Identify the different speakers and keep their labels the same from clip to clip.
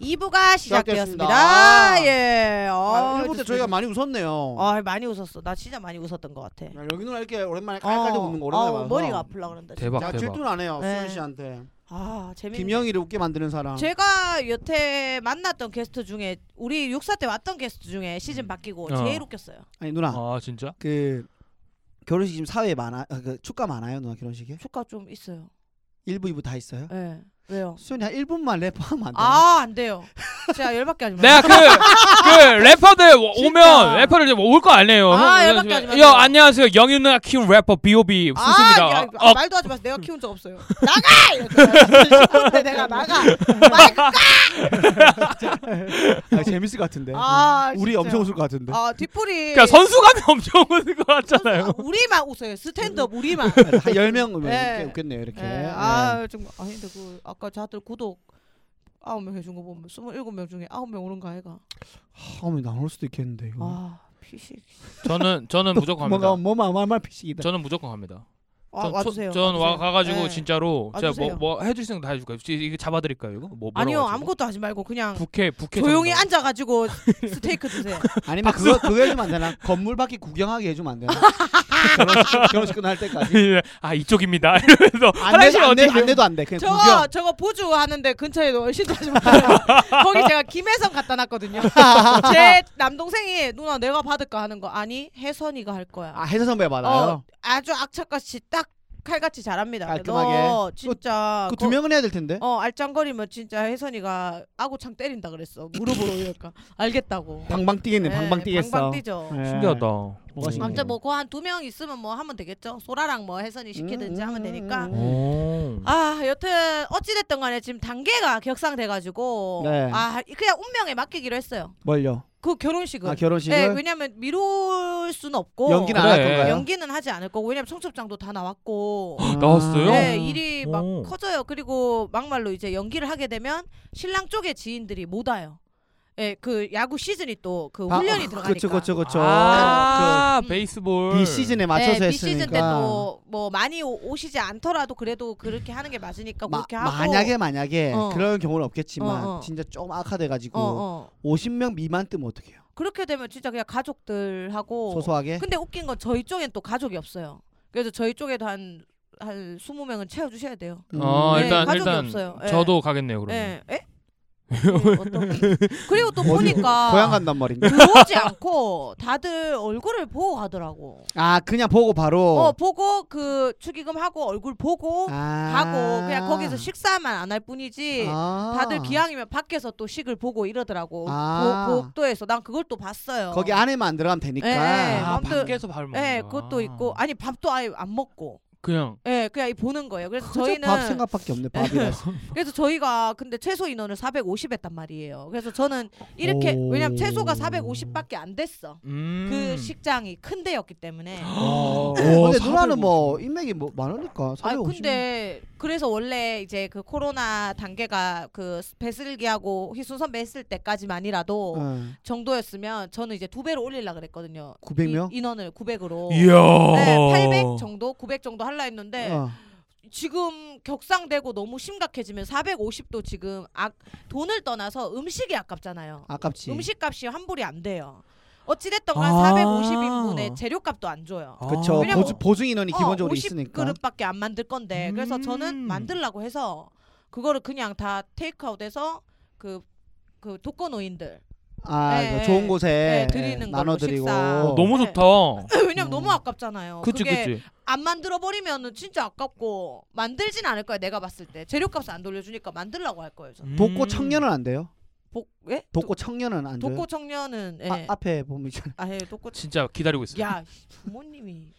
Speaker 1: 2부가
Speaker 2: 시작되었습니다.
Speaker 1: 네, 시작되었습니다.
Speaker 2: 아.
Speaker 1: 예. 어,
Speaker 2: 아, 일본 때 저희가 많이 웃었네요.
Speaker 1: 아, 많이 웃었어. 나 진짜 많이 웃었던 것 같아.
Speaker 2: 야, 여기 누나 이렇게 오랜만에 네, 깔깔대 웃는 거 오랜만에
Speaker 1: 어,
Speaker 2: 봐서
Speaker 1: 머리가 아플라 그런다. 진짜.
Speaker 2: 자
Speaker 3: 대박 대박.
Speaker 2: 질투는 안 해요
Speaker 1: 네.
Speaker 2: 수현 씨한테.
Speaker 1: 아, 재밌네.
Speaker 2: 김영희를 웃게 만드는 사람.
Speaker 1: 제가 여태 만났던 게스트 중에 우리 육사 때 왔던 게스트 중에
Speaker 2: 음.
Speaker 1: 시즌 바뀌고
Speaker 3: 어.
Speaker 1: 제일 웃겼어요.
Speaker 2: 아니 누나
Speaker 3: 아 진짜?
Speaker 2: 그 결혼식 지금 사회 많아 아, 그 축가 많아요 누나 결혼식에?
Speaker 1: 축가 좀 있어요.
Speaker 2: 1부 2부 다 있어요?
Speaker 1: 예. 왜요?
Speaker 2: 수현이 한 1분만 랩하면 안 돼?
Speaker 1: 아, 안 돼요. 제가 열받게 하지 마요.
Speaker 3: 내가 그, 그 래퍼들 오면
Speaker 1: 네. 진짜.
Speaker 3: 래퍼들 올 거 아니에요.
Speaker 1: 아,
Speaker 3: 형,
Speaker 1: 열받게 하지 마세요.
Speaker 3: 여 안녕하세요 영윤 누나 키운 래퍼 B.O.B
Speaker 1: 아, 야,
Speaker 3: 후수입니다.
Speaker 1: 아,
Speaker 3: 어,
Speaker 1: 말도 하지 마세요. 내가 키운 적 없어요. 나가! 이렇게
Speaker 2: 네,
Speaker 1: 하는데 내가 나가. 마이크
Speaker 2: 아, 재밌을 것 같은데.
Speaker 1: 아,
Speaker 2: 네. 우리
Speaker 1: 진짜.
Speaker 2: 엄청 웃을 것 같은데.
Speaker 1: 아, 뒷풀이.
Speaker 3: 네? 그러니까 선수감이 엄청 오는 것
Speaker 1: 아,
Speaker 3: 같잖아요.
Speaker 1: 우리만 웃어요. 스탠드업 우리만.
Speaker 2: 한 아, 10명
Speaker 1: 네.
Speaker 2: 이렇게 웃겠네요 이렇게.
Speaker 1: 예,
Speaker 2: 네.
Speaker 1: 아, 정말 아니 근데 그 아까 자들 구독 아홉 명 해준 거 보면 스물일곱 명 중에 아홉 명 오는 거 아이가.
Speaker 2: 하면 나올 수도 있겠는데
Speaker 3: 음.
Speaker 2: 이거.
Speaker 1: 아, 피식.
Speaker 3: 저는 저는 무조건 갑니다.
Speaker 2: 뭔가 뭐만 말말 피식이다.
Speaker 3: 저는 무조건 갑니다.
Speaker 1: 아,
Speaker 3: 전,
Speaker 1: 와 주세요.
Speaker 3: 전 와, 가가지고
Speaker 1: 네.
Speaker 3: 진짜로 제가 뭐,
Speaker 1: 와주세요.
Speaker 3: 뭐 해줄 생각 다 해줄까요? 지- 이거 잡아드릴까요 이거? 뭐
Speaker 1: 아니요,
Speaker 3: 몰아가지고?
Speaker 1: 아무것도 하지 말고 그냥
Speaker 3: 부캐 부캐
Speaker 1: 조용히
Speaker 3: 잡는다고.
Speaker 1: 앉아 가지고 스테이크 드세요.
Speaker 2: 아니면 뭐 그거 그거 해주면 안 되나? 건물 밖에 구경하게 해주면 안 되나? 결혼식, 결혼식 끝날 때까지.
Speaker 3: 아 이쪽입니다. 이러면서
Speaker 2: 안 내도
Speaker 3: 화장실
Speaker 2: 안, 내,
Speaker 3: 어디
Speaker 2: 안 내도 안 돼. 그냥
Speaker 1: 저거
Speaker 2: 구경.
Speaker 1: 저거 보조 하는데 근처에도 얼씬도 하지 마세요. 거기 제가 김혜선 갖다 놨거든요. 제 남동생이 누나 내가 받을까 하는 거 아니 혜선이가 할 거야.
Speaker 2: 아 해서 선배
Speaker 1: 어,
Speaker 2: 받아요.
Speaker 1: 아주 악착같이 딱 칼같이 잘합니다.
Speaker 2: 깔끔하게.
Speaker 1: 너 진짜
Speaker 2: 그
Speaker 1: 아, 거-
Speaker 2: 두 명은 해야 될 텐데.
Speaker 1: 어 알짱거리면 진짜 혜선이가 아구창 때린다 그랬어 무릎으로 이럴까 알겠다고
Speaker 2: 방방 뛰겠네.
Speaker 1: 네,
Speaker 2: 방방 뛰겠어.
Speaker 1: 방방 뛰죠
Speaker 2: 예.
Speaker 3: 신기하다.
Speaker 1: 네.
Speaker 2: 뭐가 신기해.
Speaker 1: 아무튼 뭐그한두 명 있으면 뭐 하면 되겠죠 소라랑 뭐 혜선이 시키든지
Speaker 2: 음,
Speaker 1: 하면
Speaker 2: 음,
Speaker 1: 되니까
Speaker 2: 음.
Speaker 3: 오.
Speaker 1: 아 여튼 어찌됐든 간에 지금 단계가 격상돼가지고
Speaker 2: 네.
Speaker 1: 아 그냥 운명에 맡기기로 했어요
Speaker 2: 뭘요?
Speaker 1: 그 결혼식은
Speaker 2: 아
Speaker 1: 네,
Speaker 2: 결혼식을
Speaker 1: 왜냐면 미룰 수는 없고
Speaker 2: 연기는 안 할
Speaker 3: 그래.
Speaker 2: 건가요?
Speaker 1: 연기는 하지 않을 거고 왜냐면 청첩장도 다 나왔고
Speaker 2: 아.
Speaker 3: 나왔어요?
Speaker 1: 네, 일이 막
Speaker 3: 오.
Speaker 1: 커져요. 그리고 막말로 이제 연기를 하게 되면 신랑 쪽의 지인들이 못 와요. 예, 그 야구 시즌이 또 그
Speaker 2: 아,
Speaker 1: 훈련이
Speaker 2: 어,
Speaker 1: 들어가니까.
Speaker 2: 그쵸 그쵸 그쵸.
Speaker 3: 아
Speaker 1: 그-
Speaker 3: 베이스볼.
Speaker 2: 그 시즌에 맞춰서
Speaker 1: 예,
Speaker 2: 했으니까.
Speaker 1: 비시즌 때도 뭐 많이 오, 오시지 않더라도 그래도 그렇게 하는 게 맞으니까
Speaker 2: 마,
Speaker 1: 그렇게 하고.
Speaker 2: 만약에 만약에
Speaker 1: 어.
Speaker 2: 그런 경우는 없겠지만
Speaker 1: 어, 어.
Speaker 2: 진짜 조금 악화돼가지고
Speaker 1: 어, 어.
Speaker 2: 50명 미만 뜨면 어떡해요?
Speaker 1: 그렇게 되면 진짜 그냥 가족들하고.
Speaker 2: 소소하게?
Speaker 1: 근데 웃긴 건 저희 쪽엔 또 가족이 없어요. 그래서 저희 쪽에도 한. 한 20명은 채워 주셔야 돼요.
Speaker 2: 음.
Speaker 3: 어
Speaker 1: 네,
Speaker 3: 일단
Speaker 1: 가족이
Speaker 3: 일단
Speaker 1: 없어요. 예.
Speaker 3: 저도 가겠네요 그러면.
Speaker 1: 예. 에? 예, 어떤- 그리고 또 보니까
Speaker 2: 고향 간단 말인데.
Speaker 1: 들어오지 않고 다들 얼굴을 보고 가더라고.
Speaker 2: 아 그냥 보고 바로.
Speaker 1: 어 보고 그 축의금 하고 얼굴 보고
Speaker 2: 아.
Speaker 1: 가고 그냥 거기서 식사만 안 할 뿐이지.
Speaker 2: 아.
Speaker 1: 다들 기왕이면 밖에서 또 식을 보고 이러더라고.
Speaker 2: 아.
Speaker 1: 보, 복도에서 난 그걸 또 봤어요.
Speaker 2: 거기 안에만 안 들어가면 되니까.
Speaker 1: 예, 예.
Speaker 3: 아,
Speaker 1: 아무튼-
Speaker 3: 밖에서 밥 먹는
Speaker 1: 예,
Speaker 3: 거야.
Speaker 1: 그것도 있고 아니 밥도 아예 안 먹고.
Speaker 3: 그냥
Speaker 1: 예, 그냥 이 보는 거예요. 그래서
Speaker 2: 그저
Speaker 1: 저희는
Speaker 2: 밥 생각밖에 없네 밥이라서.
Speaker 1: 그래서 저희가 근데 최소 인원을 450했단 말이에요. 그래서 저는 이렇게
Speaker 2: 오.
Speaker 1: 왜냐면 최소가 450밖에 안 됐어.
Speaker 3: 음.
Speaker 1: 그 식장이 음. 큰 데였기 때문에.
Speaker 2: 어,
Speaker 3: 오,
Speaker 2: 근데 누나는 뭐 인맥이 뭐 많으니까
Speaker 1: 아
Speaker 2: 450.
Speaker 1: 근데 그래서 원래 이제 그 코로나 단계가 그 배슬기하고 희순 선배 했을 때까지만이라도
Speaker 2: 예.
Speaker 1: 정도였으면 저는 이제 두 배로 올리려 그랬거든요.
Speaker 2: 900명?
Speaker 1: 이- 인원을 900으로.
Speaker 3: 뭐. 이야.
Speaker 1: 네, 800 정도, 900 정도 할라 했는데
Speaker 2: 어.
Speaker 1: 지금 격상되고 너무 심각해지면 450도 지금 아, 돈을 떠나서 음식이 아깝잖아요.
Speaker 2: 아깝지.
Speaker 1: 음식값이 환불이 안 돼요. 어찌됐든 간
Speaker 3: 아.
Speaker 1: 450인분의 재료값도 안 줘요.
Speaker 3: 아.
Speaker 2: 그쵸
Speaker 1: 왜냐면
Speaker 2: 보증, 보증 인원이
Speaker 1: 어,
Speaker 2: 어, 기본적으로
Speaker 1: 50
Speaker 2: 있으니까.
Speaker 1: 그릇밖에 안 만들 건데 그래서 저는
Speaker 3: 음.
Speaker 1: 만들라고 해서 그거를 그냥 다 테이크아웃해서 그 그 독거노인들
Speaker 2: 아
Speaker 1: 네,
Speaker 2: 그 좋은
Speaker 1: 네,
Speaker 2: 곳에
Speaker 1: 드리는 걸로
Speaker 2: 나눠 드리고.
Speaker 1: 식사. 어,
Speaker 3: 너무
Speaker 1: 네.
Speaker 3: 좋다.
Speaker 2: 어.
Speaker 1: 왜냐면 너무 아깝잖아요.
Speaker 3: 그치
Speaker 1: 게
Speaker 3: 그치
Speaker 1: 안 만들어 버리면은 진짜 아깝고 만들진 않을 거야 내가 봤을 때 재료값을 안 돌려주니까 만들라고 할 거예요. 저는.
Speaker 2: 독고 청년은 안 돼요?
Speaker 1: 복 예?
Speaker 2: 음. 독고 청년은 안 돼요?
Speaker 1: 독고 청년은 예.
Speaker 2: 아,
Speaker 1: 아,
Speaker 2: 앞에 보면 있잖아.
Speaker 1: 예, 독고 청-
Speaker 3: 진짜 기다리고 있어요.
Speaker 1: 야 부모님이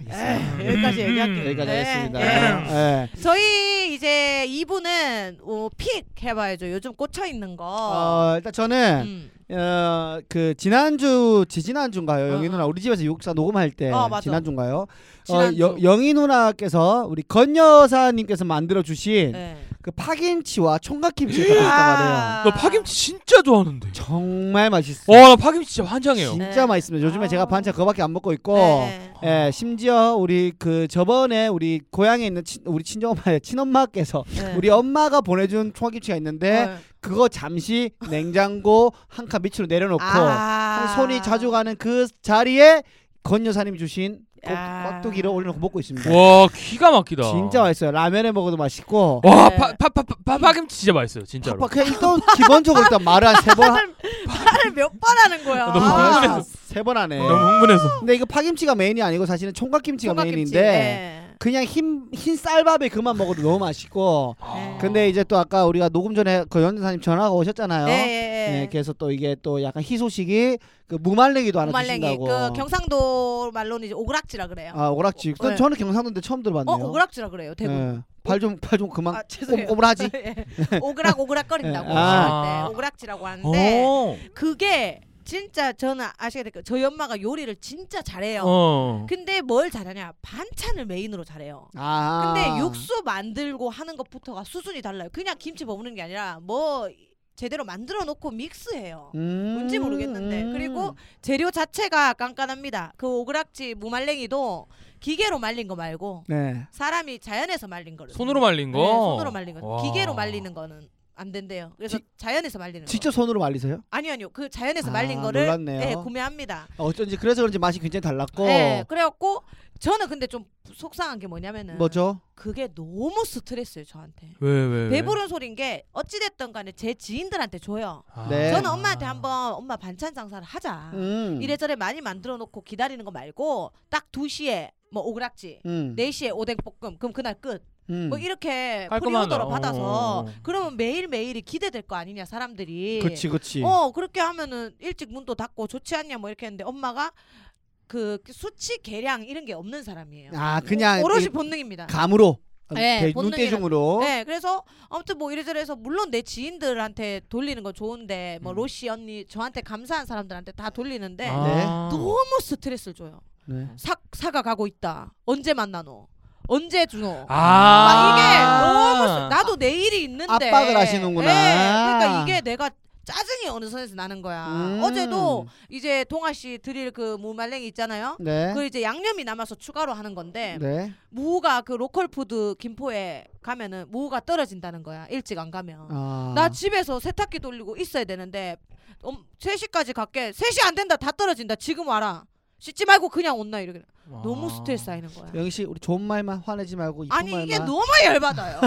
Speaker 2: 알겠습니다.
Speaker 1: 에이, 예, 여기까지
Speaker 3: 음,
Speaker 1: 얘기할게요.
Speaker 3: 음,
Speaker 2: 여기까지
Speaker 1: 예, 예.
Speaker 2: 하겠습니다. 예.
Speaker 1: 저희 이제 2부는 어, 픽 해봐야죠. 요즘 꽂혀 있는 거.
Speaker 2: 어, 일단 저는
Speaker 1: 음.
Speaker 2: 어, 그 지난주 지지난 주인가요?
Speaker 1: 어,
Speaker 2: 영희
Speaker 1: 어.
Speaker 2: 누나 우리 집에서 육사 녹음할 때
Speaker 1: 어, 맞아.
Speaker 2: 지난 주인가요? 어,
Speaker 1: 지난주.
Speaker 2: 여- 영희 누나께서 우리 건 여사님께서 만들어 주신
Speaker 1: 예.
Speaker 2: 그 파김치와 총각김치 들어갔다고 하네요.
Speaker 1: 아.
Speaker 3: 나 파김치 진짜 좋아하는데.
Speaker 2: 정말 맛있어.
Speaker 3: 와, 나 파김치 진짜 환장해요.
Speaker 2: 진짜
Speaker 1: 네.
Speaker 2: 맛있습니다. 요즘에
Speaker 1: 아.
Speaker 2: 제가 반찬 그거밖에 안 먹고 있고
Speaker 1: 네.
Speaker 2: 예, 심지어 우리 그 저번에 우리 고향에 있는 친, 우리 친정엄마의 친엄마께서
Speaker 1: 네.
Speaker 2: 우리 엄마가 보내준 총각김치가 있는데
Speaker 1: 네.
Speaker 2: 그거 잠시 냉장고 한 칸 밑으로 내려놓고
Speaker 1: 아.
Speaker 2: 손이 자주 가는 그 자리에 권 여사님 주신 꼭-
Speaker 1: 아.
Speaker 2: 깍두기를 올려놓고 먹고 있습니다.
Speaker 3: 와, 기가 막히다.
Speaker 2: 진짜 맛있어요. 라면에 먹어도 맛있고
Speaker 3: 와,
Speaker 1: 네.
Speaker 3: 파, 파, 파, 파, 파김치 진짜 맛있어요. 진짜로.
Speaker 2: 팍팍 그냥 그러니까 일단 기본적으로 일단 말을 한세번 아,
Speaker 1: 말을 몇 번 하는 거야.
Speaker 2: 뭐
Speaker 3: 너무 흥분해서.
Speaker 2: 세번 하네.
Speaker 3: 너무 흥분해서.
Speaker 2: 근데 이거 파김치가 메인이 아니고 사실은 총각김치가 메인인데
Speaker 1: 네.
Speaker 2: 그냥 흰, 흰 쌀밥에 그만 먹어도 너무 맛있고
Speaker 1: 네.
Speaker 2: 근데 이제 또 아까 우리가 녹음 전에 그 연주사님 전화가 오셨잖아요.
Speaker 1: 네. 네.
Speaker 2: 네, 그래서 또 이게 또 약간 희소식이 그 무말랭이도 하나
Speaker 1: 말랭이
Speaker 2: 주신다고.
Speaker 1: 그 경상도 말로는 이제 오그락지라 그래요.
Speaker 2: 아 오락지.
Speaker 1: 네.
Speaker 2: 네. 저는 경상도인데 처음
Speaker 1: 어
Speaker 2: 들어봤네요. 네.
Speaker 1: 오그락지라 그래요 대구.
Speaker 2: 발좀 팔 좀 그만
Speaker 1: 아 죄송해요.
Speaker 2: 꼬물꼬물하지.
Speaker 1: 예. 오그락 오그락 거린다고.
Speaker 2: 예.
Speaker 3: 아.
Speaker 1: 네, 오그락지라고 하는데
Speaker 3: 어.
Speaker 1: 그게 진짜 저는 아시게 될거예요 저희 엄마가 요리를 진짜 잘해요.
Speaker 3: 어.
Speaker 1: 근데 뭘 잘하냐 반찬을 메인으로 잘해요.
Speaker 2: 아.
Speaker 1: 근데 육수 만들고 하는 것부터가 수준이 달라요. 그냥 김치 버무는 게 아니라 뭐 제대로 만들어 놓고 믹스해요.
Speaker 2: 음.
Speaker 1: 뭔지 모르겠는데
Speaker 2: 음.
Speaker 1: 그리고 재료 자체가 깐깐합니다. 그 오그락지 무말랭이도 기계로 말린 거 말고
Speaker 2: 네.
Speaker 1: 사람이 자연에서 말린 거를
Speaker 3: 손으로 말린 거.
Speaker 1: 네, 손으로 말린 거
Speaker 3: 와.
Speaker 1: 기계로 말리는 거는 안 된대요. 그래서
Speaker 2: 지-
Speaker 1: 자연에서 말리는
Speaker 2: 직접 손으로 말리세요?
Speaker 1: 거 아니요 아니요 그 자연에서
Speaker 2: 아,
Speaker 1: 말린 거를
Speaker 2: 놀랐네요. 어.
Speaker 1: 네, 구매합니다.
Speaker 2: 어쩐지 그래서 그런지 맛이 굉장히 달랐고.
Speaker 1: 네, 그래갖고 저는 근데 좀 속상한 게 뭐냐면은
Speaker 2: 뭐죠?
Speaker 1: 그게 너무 스트레스예요 저한테.
Speaker 3: 왜, 왜, 왜?
Speaker 1: 배부른 소린 게 어찌됐든 간에 제 지인들한테 줘요.
Speaker 3: 아.
Speaker 2: 네.
Speaker 1: 저는 엄마한테 한번 엄마 반찬 장사를 하자.
Speaker 2: 음.
Speaker 1: 아, 이래저래 많이 만들어 놓고 기다리는 거 말고 딱 2시에 뭐 오그락지
Speaker 2: 음.
Speaker 1: 4시에 오뎅볶음 그럼 그날 끝.
Speaker 2: 음.
Speaker 1: 뭐 이렇게
Speaker 3: 깔끔하다.
Speaker 1: 프리오더로 받아서
Speaker 3: 어.
Speaker 1: 그러면 매일매일이 기대될 거 아니냐 사람들이.
Speaker 2: 그치 그치.
Speaker 1: 어, 그렇게 하면은 일찍 문도 닫고 좋지 않냐 뭐 이렇게 했는데 엄마가 그 수치 계량 이런 게 없는 사람이에요.
Speaker 2: 아 그냥 어?
Speaker 1: 오롯이
Speaker 2: 이-
Speaker 1: 본능입니다.
Speaker 2: 감으로
Speaker 1: 네,
Speaker 2: 대-
Speaker 1: 본능이라-
Speaker 2: 눈대중으로.
Speaker 1: 네, 그래서 아무튼 뭐 이래저래 해서 물론 내 지인들한테 돌리는 건 좋은데 뭐
Speaker 3: 음.
Speaker 1: 로시 언니 저한테 감사한 사람들한테 다 돌리는데
Speaker 3: 아.
Speaker 1: 너무 스트레스를 줘요.
Speaker 2: 네.
Speaker 1: 사 사가 가고 있다. 언제 만나노? 언제 주노?
Speaker 3: 아.
Speaker 1: 막 이게 너무 스- 나도 내일이 있는데
Speaker 2: 압박을 하시는구나.
Speaker 1: 네, 그러니까 이게 내가 짜증이 어느 선에서 나는 거야.
Speaker 2: 음.
Speaker 1: 어제도 이제 동아 씨 드릴 그 무말랭이 있잖아요.
Speaker 2: 네.
Speaker 1: 그 이제 양념이 남아서 추가로 하는 건데
Speaker 2: 네.
Speaker 1: 무가 그 로컬 푸드 김포에 가면은 무가 떨어진다는 거야 일찍 안 가면
Speaker 2: 아.
Speaker 1: 어. 나 집에서 세탁기 돌리고 있어야 되는데 음, 3시까지 갈게 3시 안 된다 다 떨어진다 지금 와라 씻지 말고 그냥 온나 이렇게
Speaker 3: 아.
Speaker 2: 아.
Speaker 1: 너무 스트레스 쌓이는 거야
Speaker 2: 영희 씨 우리 좋은 말만 화내지 말고 이쁜
Speaker 1: 아니
Speaker 2: 말만.
Speaker 1: 이게 너무 열받아요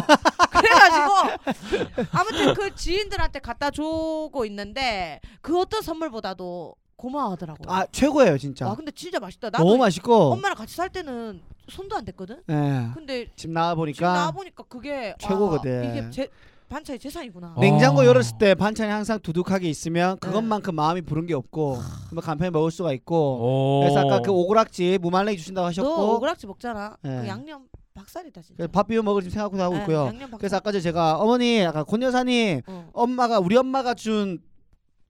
Speaker 1: 그래가지고 아무튼 그 지인들한테 갖다 주고 있는데 그 어떤 선물보다도 고마워하더라고요
Speaker 2: 아 최고예요 진짜.
Speaker 1: 와, 근데 진짜 맛있다 나도
Speaker 2: 너무 맛있고.
Speaker 1: 엄마랑 같이 살 때는 손도 안 댔거든
Speaker 2: 예.
Speaker 1: 근데
Speaker 2: 집 나와
Speaker 1: 지금 나와
Speaker 2: 보니까
Speaker 1: 보니까 그게 와,
Speaker 2: 최고거든.
Speaker 1: 이게 제, 반찬이 재산이구나.
Speaker 3: 네.
Speaker 2: 냉장고
Speaker 3: 어.
Speaker 2: 열었을 때 반찬이 항상 두둑하게 있으면
Speaker 1: 네.
Speaker 2: 그것만큼 마음이 부른 게 없고
Speaker 1: 아.
Speaker 2: 정말 간편히 먹을 수가 있고.
Speaker 3: 오.
Speaker 2: 어. 그래서 아까 그 오그락지 무말랭이 주신다고
Speaker 1: 너
Speaker 2: 하셨고
Speaker 1: 오그락지 먹잖아.
Speaker 2: 네.
Speaker 1: 그 양념 박살이다 진짜.
Speaker 2: 그래서 밥 비벼 먹을 지금 생각도 하고
Speaker 1: 네,
Speaker 2: 있고요.
Speaker 1: 양념 박살.
Speaker 2: 그래서 아까 전에 제가 어머니 아까 권 여사님
Speaker 1: 어.
Speaker 2: 엄마가 우리 엄마가 준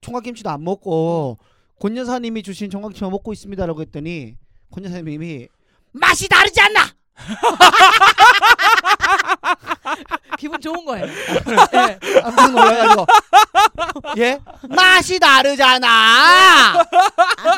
Speaker 2: 총각김치도 안 먹고 권 여사님이 주신 총각김치만 먹고 있습니다라고 했더니 권 여사님이 맛이 다르지 않나?
Speaker 1: 기분 좋은 거예요. 네.
Speaker 2: 깜짝 놀라가지고 예 맛이 다르잖아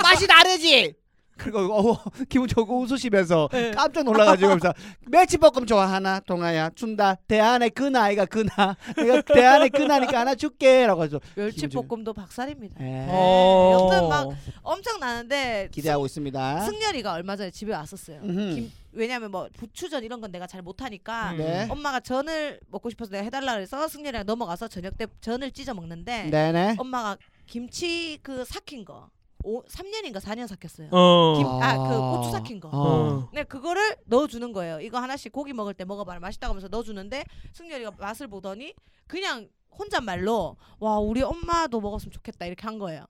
Speaker 2: 맛이 다르지 그리고 어, 기분 좋고 웃으시면서
Speaker 1: 예.
Speaker 2: 깜짝 놀라가지고 그래서 멸치볶음 좋아하나 동아야 준다 대안의 그나이가 그나 내가 대안의 그나니까 하나 줄게라고 해서
Speaker 1: 멸치볶음도 박살입니다.
Speaker 2: 예,
Speaker 3: 어.
Speaker 1: 네. 여튼 막 엄청 나는데
Speaker 2: 기대하고 있습니다
Speaker 1: 승, 열이가 얼마 전에 집에 왔었어요.
Speaker 2: 음흠.
Speaker 1: 김, 왜냐면 뭐 부추전 이런 건 내가 잘 못하니까
Speaker 3: 음.
Speaker 2: 네
Speaker 1: 엄마가 전을 먹고 싶어서 내가 해달라 그래서 승열이랑 넘어가서 저녁 때 전을 찢어 먹는데
Speaker 2: 네네
Speaker 1: 엄마가 김치 그 삭힌 거 오, 3년인가 4년 삭혔어요.
Speaker 3: 어.
Speaker 1: 김- 아, 그 고추 삭힌 거.
Speaker 2: 어.
Speaker 1: 근데 그거를 넣어주는 거예요. 이거 하나씩 고기 먹을 때 먹어봐라 맛있다고 하면서 넣어주는데 승열이가 맛을 보더니 그냥 혼잣말로 와 우리 엄마도 먹었으면 좋겠다 이렇게 한 거예요.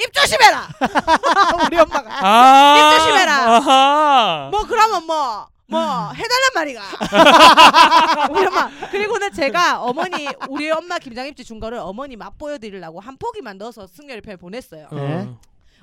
Speaker 1: 입 조심해라. 우리 엄마가
Speaker 3: 아.
Speaker 1: 입 조심해라.
Speaker 3: 아하.
Speaker 1: 뭐 그러면 뭐. 뭐 해달란 말이가 우리 엄마 그리고는 제가 어머니 우리 엄마 김장김치 준 거를 어머니 맛보여 드리려고 한 포기만 넣어서 승열이 편에 보냈어요
Speaker 3: 어.
Speaker 2: 네.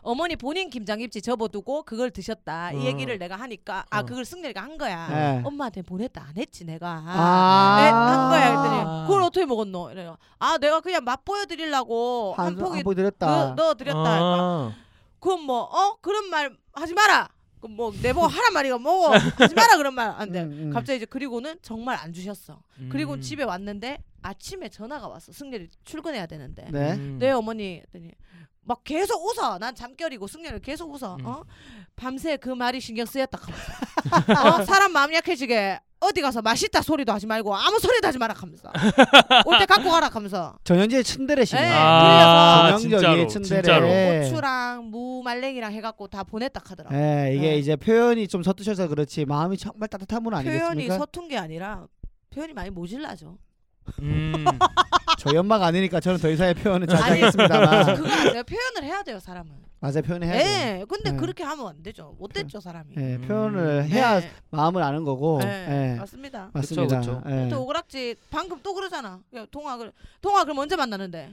Speaker 1: 어머니 본인 김장김치 접어두고 그걸 드셨다
Speaker 3: 어.
Speaker 1: 이 얘기를 내가 하니까 아
Speaker 3: 어.
Speaker 1: 그걸 승렬이가 한 거야
Speaker 2: 네.
Speaker 1: 엄마한테 보냈다 안 했지 내가
Speaker 2: 아.
Speaker 1: 네, 한 거야
Speaker 3: 아.
Speaker 1: 했더니 그걸 어떻게 먹었노 이래요 아 내가 그냥 맛 보여드리려고
Speaker 2: 아,
Speaker 1: 한 포기 그,
Speaker 2: 한포기 드렸다.
Speaker 1: 넣-
Speaker 3: 아.
Speaker 1: 넣어드렸다 그건 뭐, 어? 그런 말 하지 마라! 그 뭐, 내보고 하란 말이가 뭐고, 하지 마라! 그런 말. 안 돼.
Speaker 2: 음, 음.
Speaker 1: 갑자기 이제 그리고는 정말 안 주셨어.
Speaker 3: 음.
Speaker 1: 그리고 집에 왔는데 아침에 전화가 왔어. 승렬이 출근해야 되는데.
Speaker 2: 네.
Speaker 3: 음.
Speaker 1: 내 어머니 했더니 막 계속 웃어. 난 잠결이고 승렬이 계속 웃어.
Speaker 3: 음.
Speaker 1: 어? 밤새 그 말이 신경 쓰였다. 가면서. 어? 사람 마음 약해지게 어디 가서 맛있다 소리도 하지 말고 아무 소리도 하지 마라 하면서. 올 때 갖고 가라 하면서.
Speaker 2: 전현지의 츤데레시네.
Speaker 1: 네,
Speaker 3: 아,
Speaker 1: 돌려서.
Speaker 2: 전형적인
Speaker 3: 진짜로, 진짜로.
Speaker 2: 츤데레. 예.
Speaker 1: 고추랑 무 말랭이랑 해갖고 다 보냈다 하더라고.
Speaker 3: 아.
Speaker 2: 예, 이게
Speaker 1: 네.
Speaker 2: 이제 표현이 좀 서투셔서 그렇지 마음이 정말 따뜻한 분 아니겠습니까?
Speaker 1: 표현이 서툰 게 아니라 표현이 많이 모질라죠.
Speaker 2: 음. 저희 엄마가 아니니까 저는 더 이상의 표현은 잘지
Speaker 1: 아니, 그래서
Speaker 2: 하겠습니다만
Speaker 1: 그거 아세요? 표현을 해야 돼요 사람은.
Speaker 2: 맞아요 표현해야
Speaker 1: 네,
Speaker 2: 돼요.
Speaker 1: 근데
Speaker 2: 네.
Speaker 1: 그렇게 하면 안 되죠. 못 됐죠 사람이.
Speaker 2: 예,
Speaker 3: 음.
Speaker 2: 표현을 해야
Speaker 1: 네,
Speaker 2: 마음을 아는 거고.
Speaker 1: 네,
Speaker 2: 예.
Speaker 1: 맞습니다.
Speaker 2: 맞습니다.
Speaker 3: 그쵸, 그쵸.
Speaker 2: 예.
Speaker 1: 또 오그락지 방금 또 그러잖아. 야, 동아 그 동아 그럼 언제 만나는데?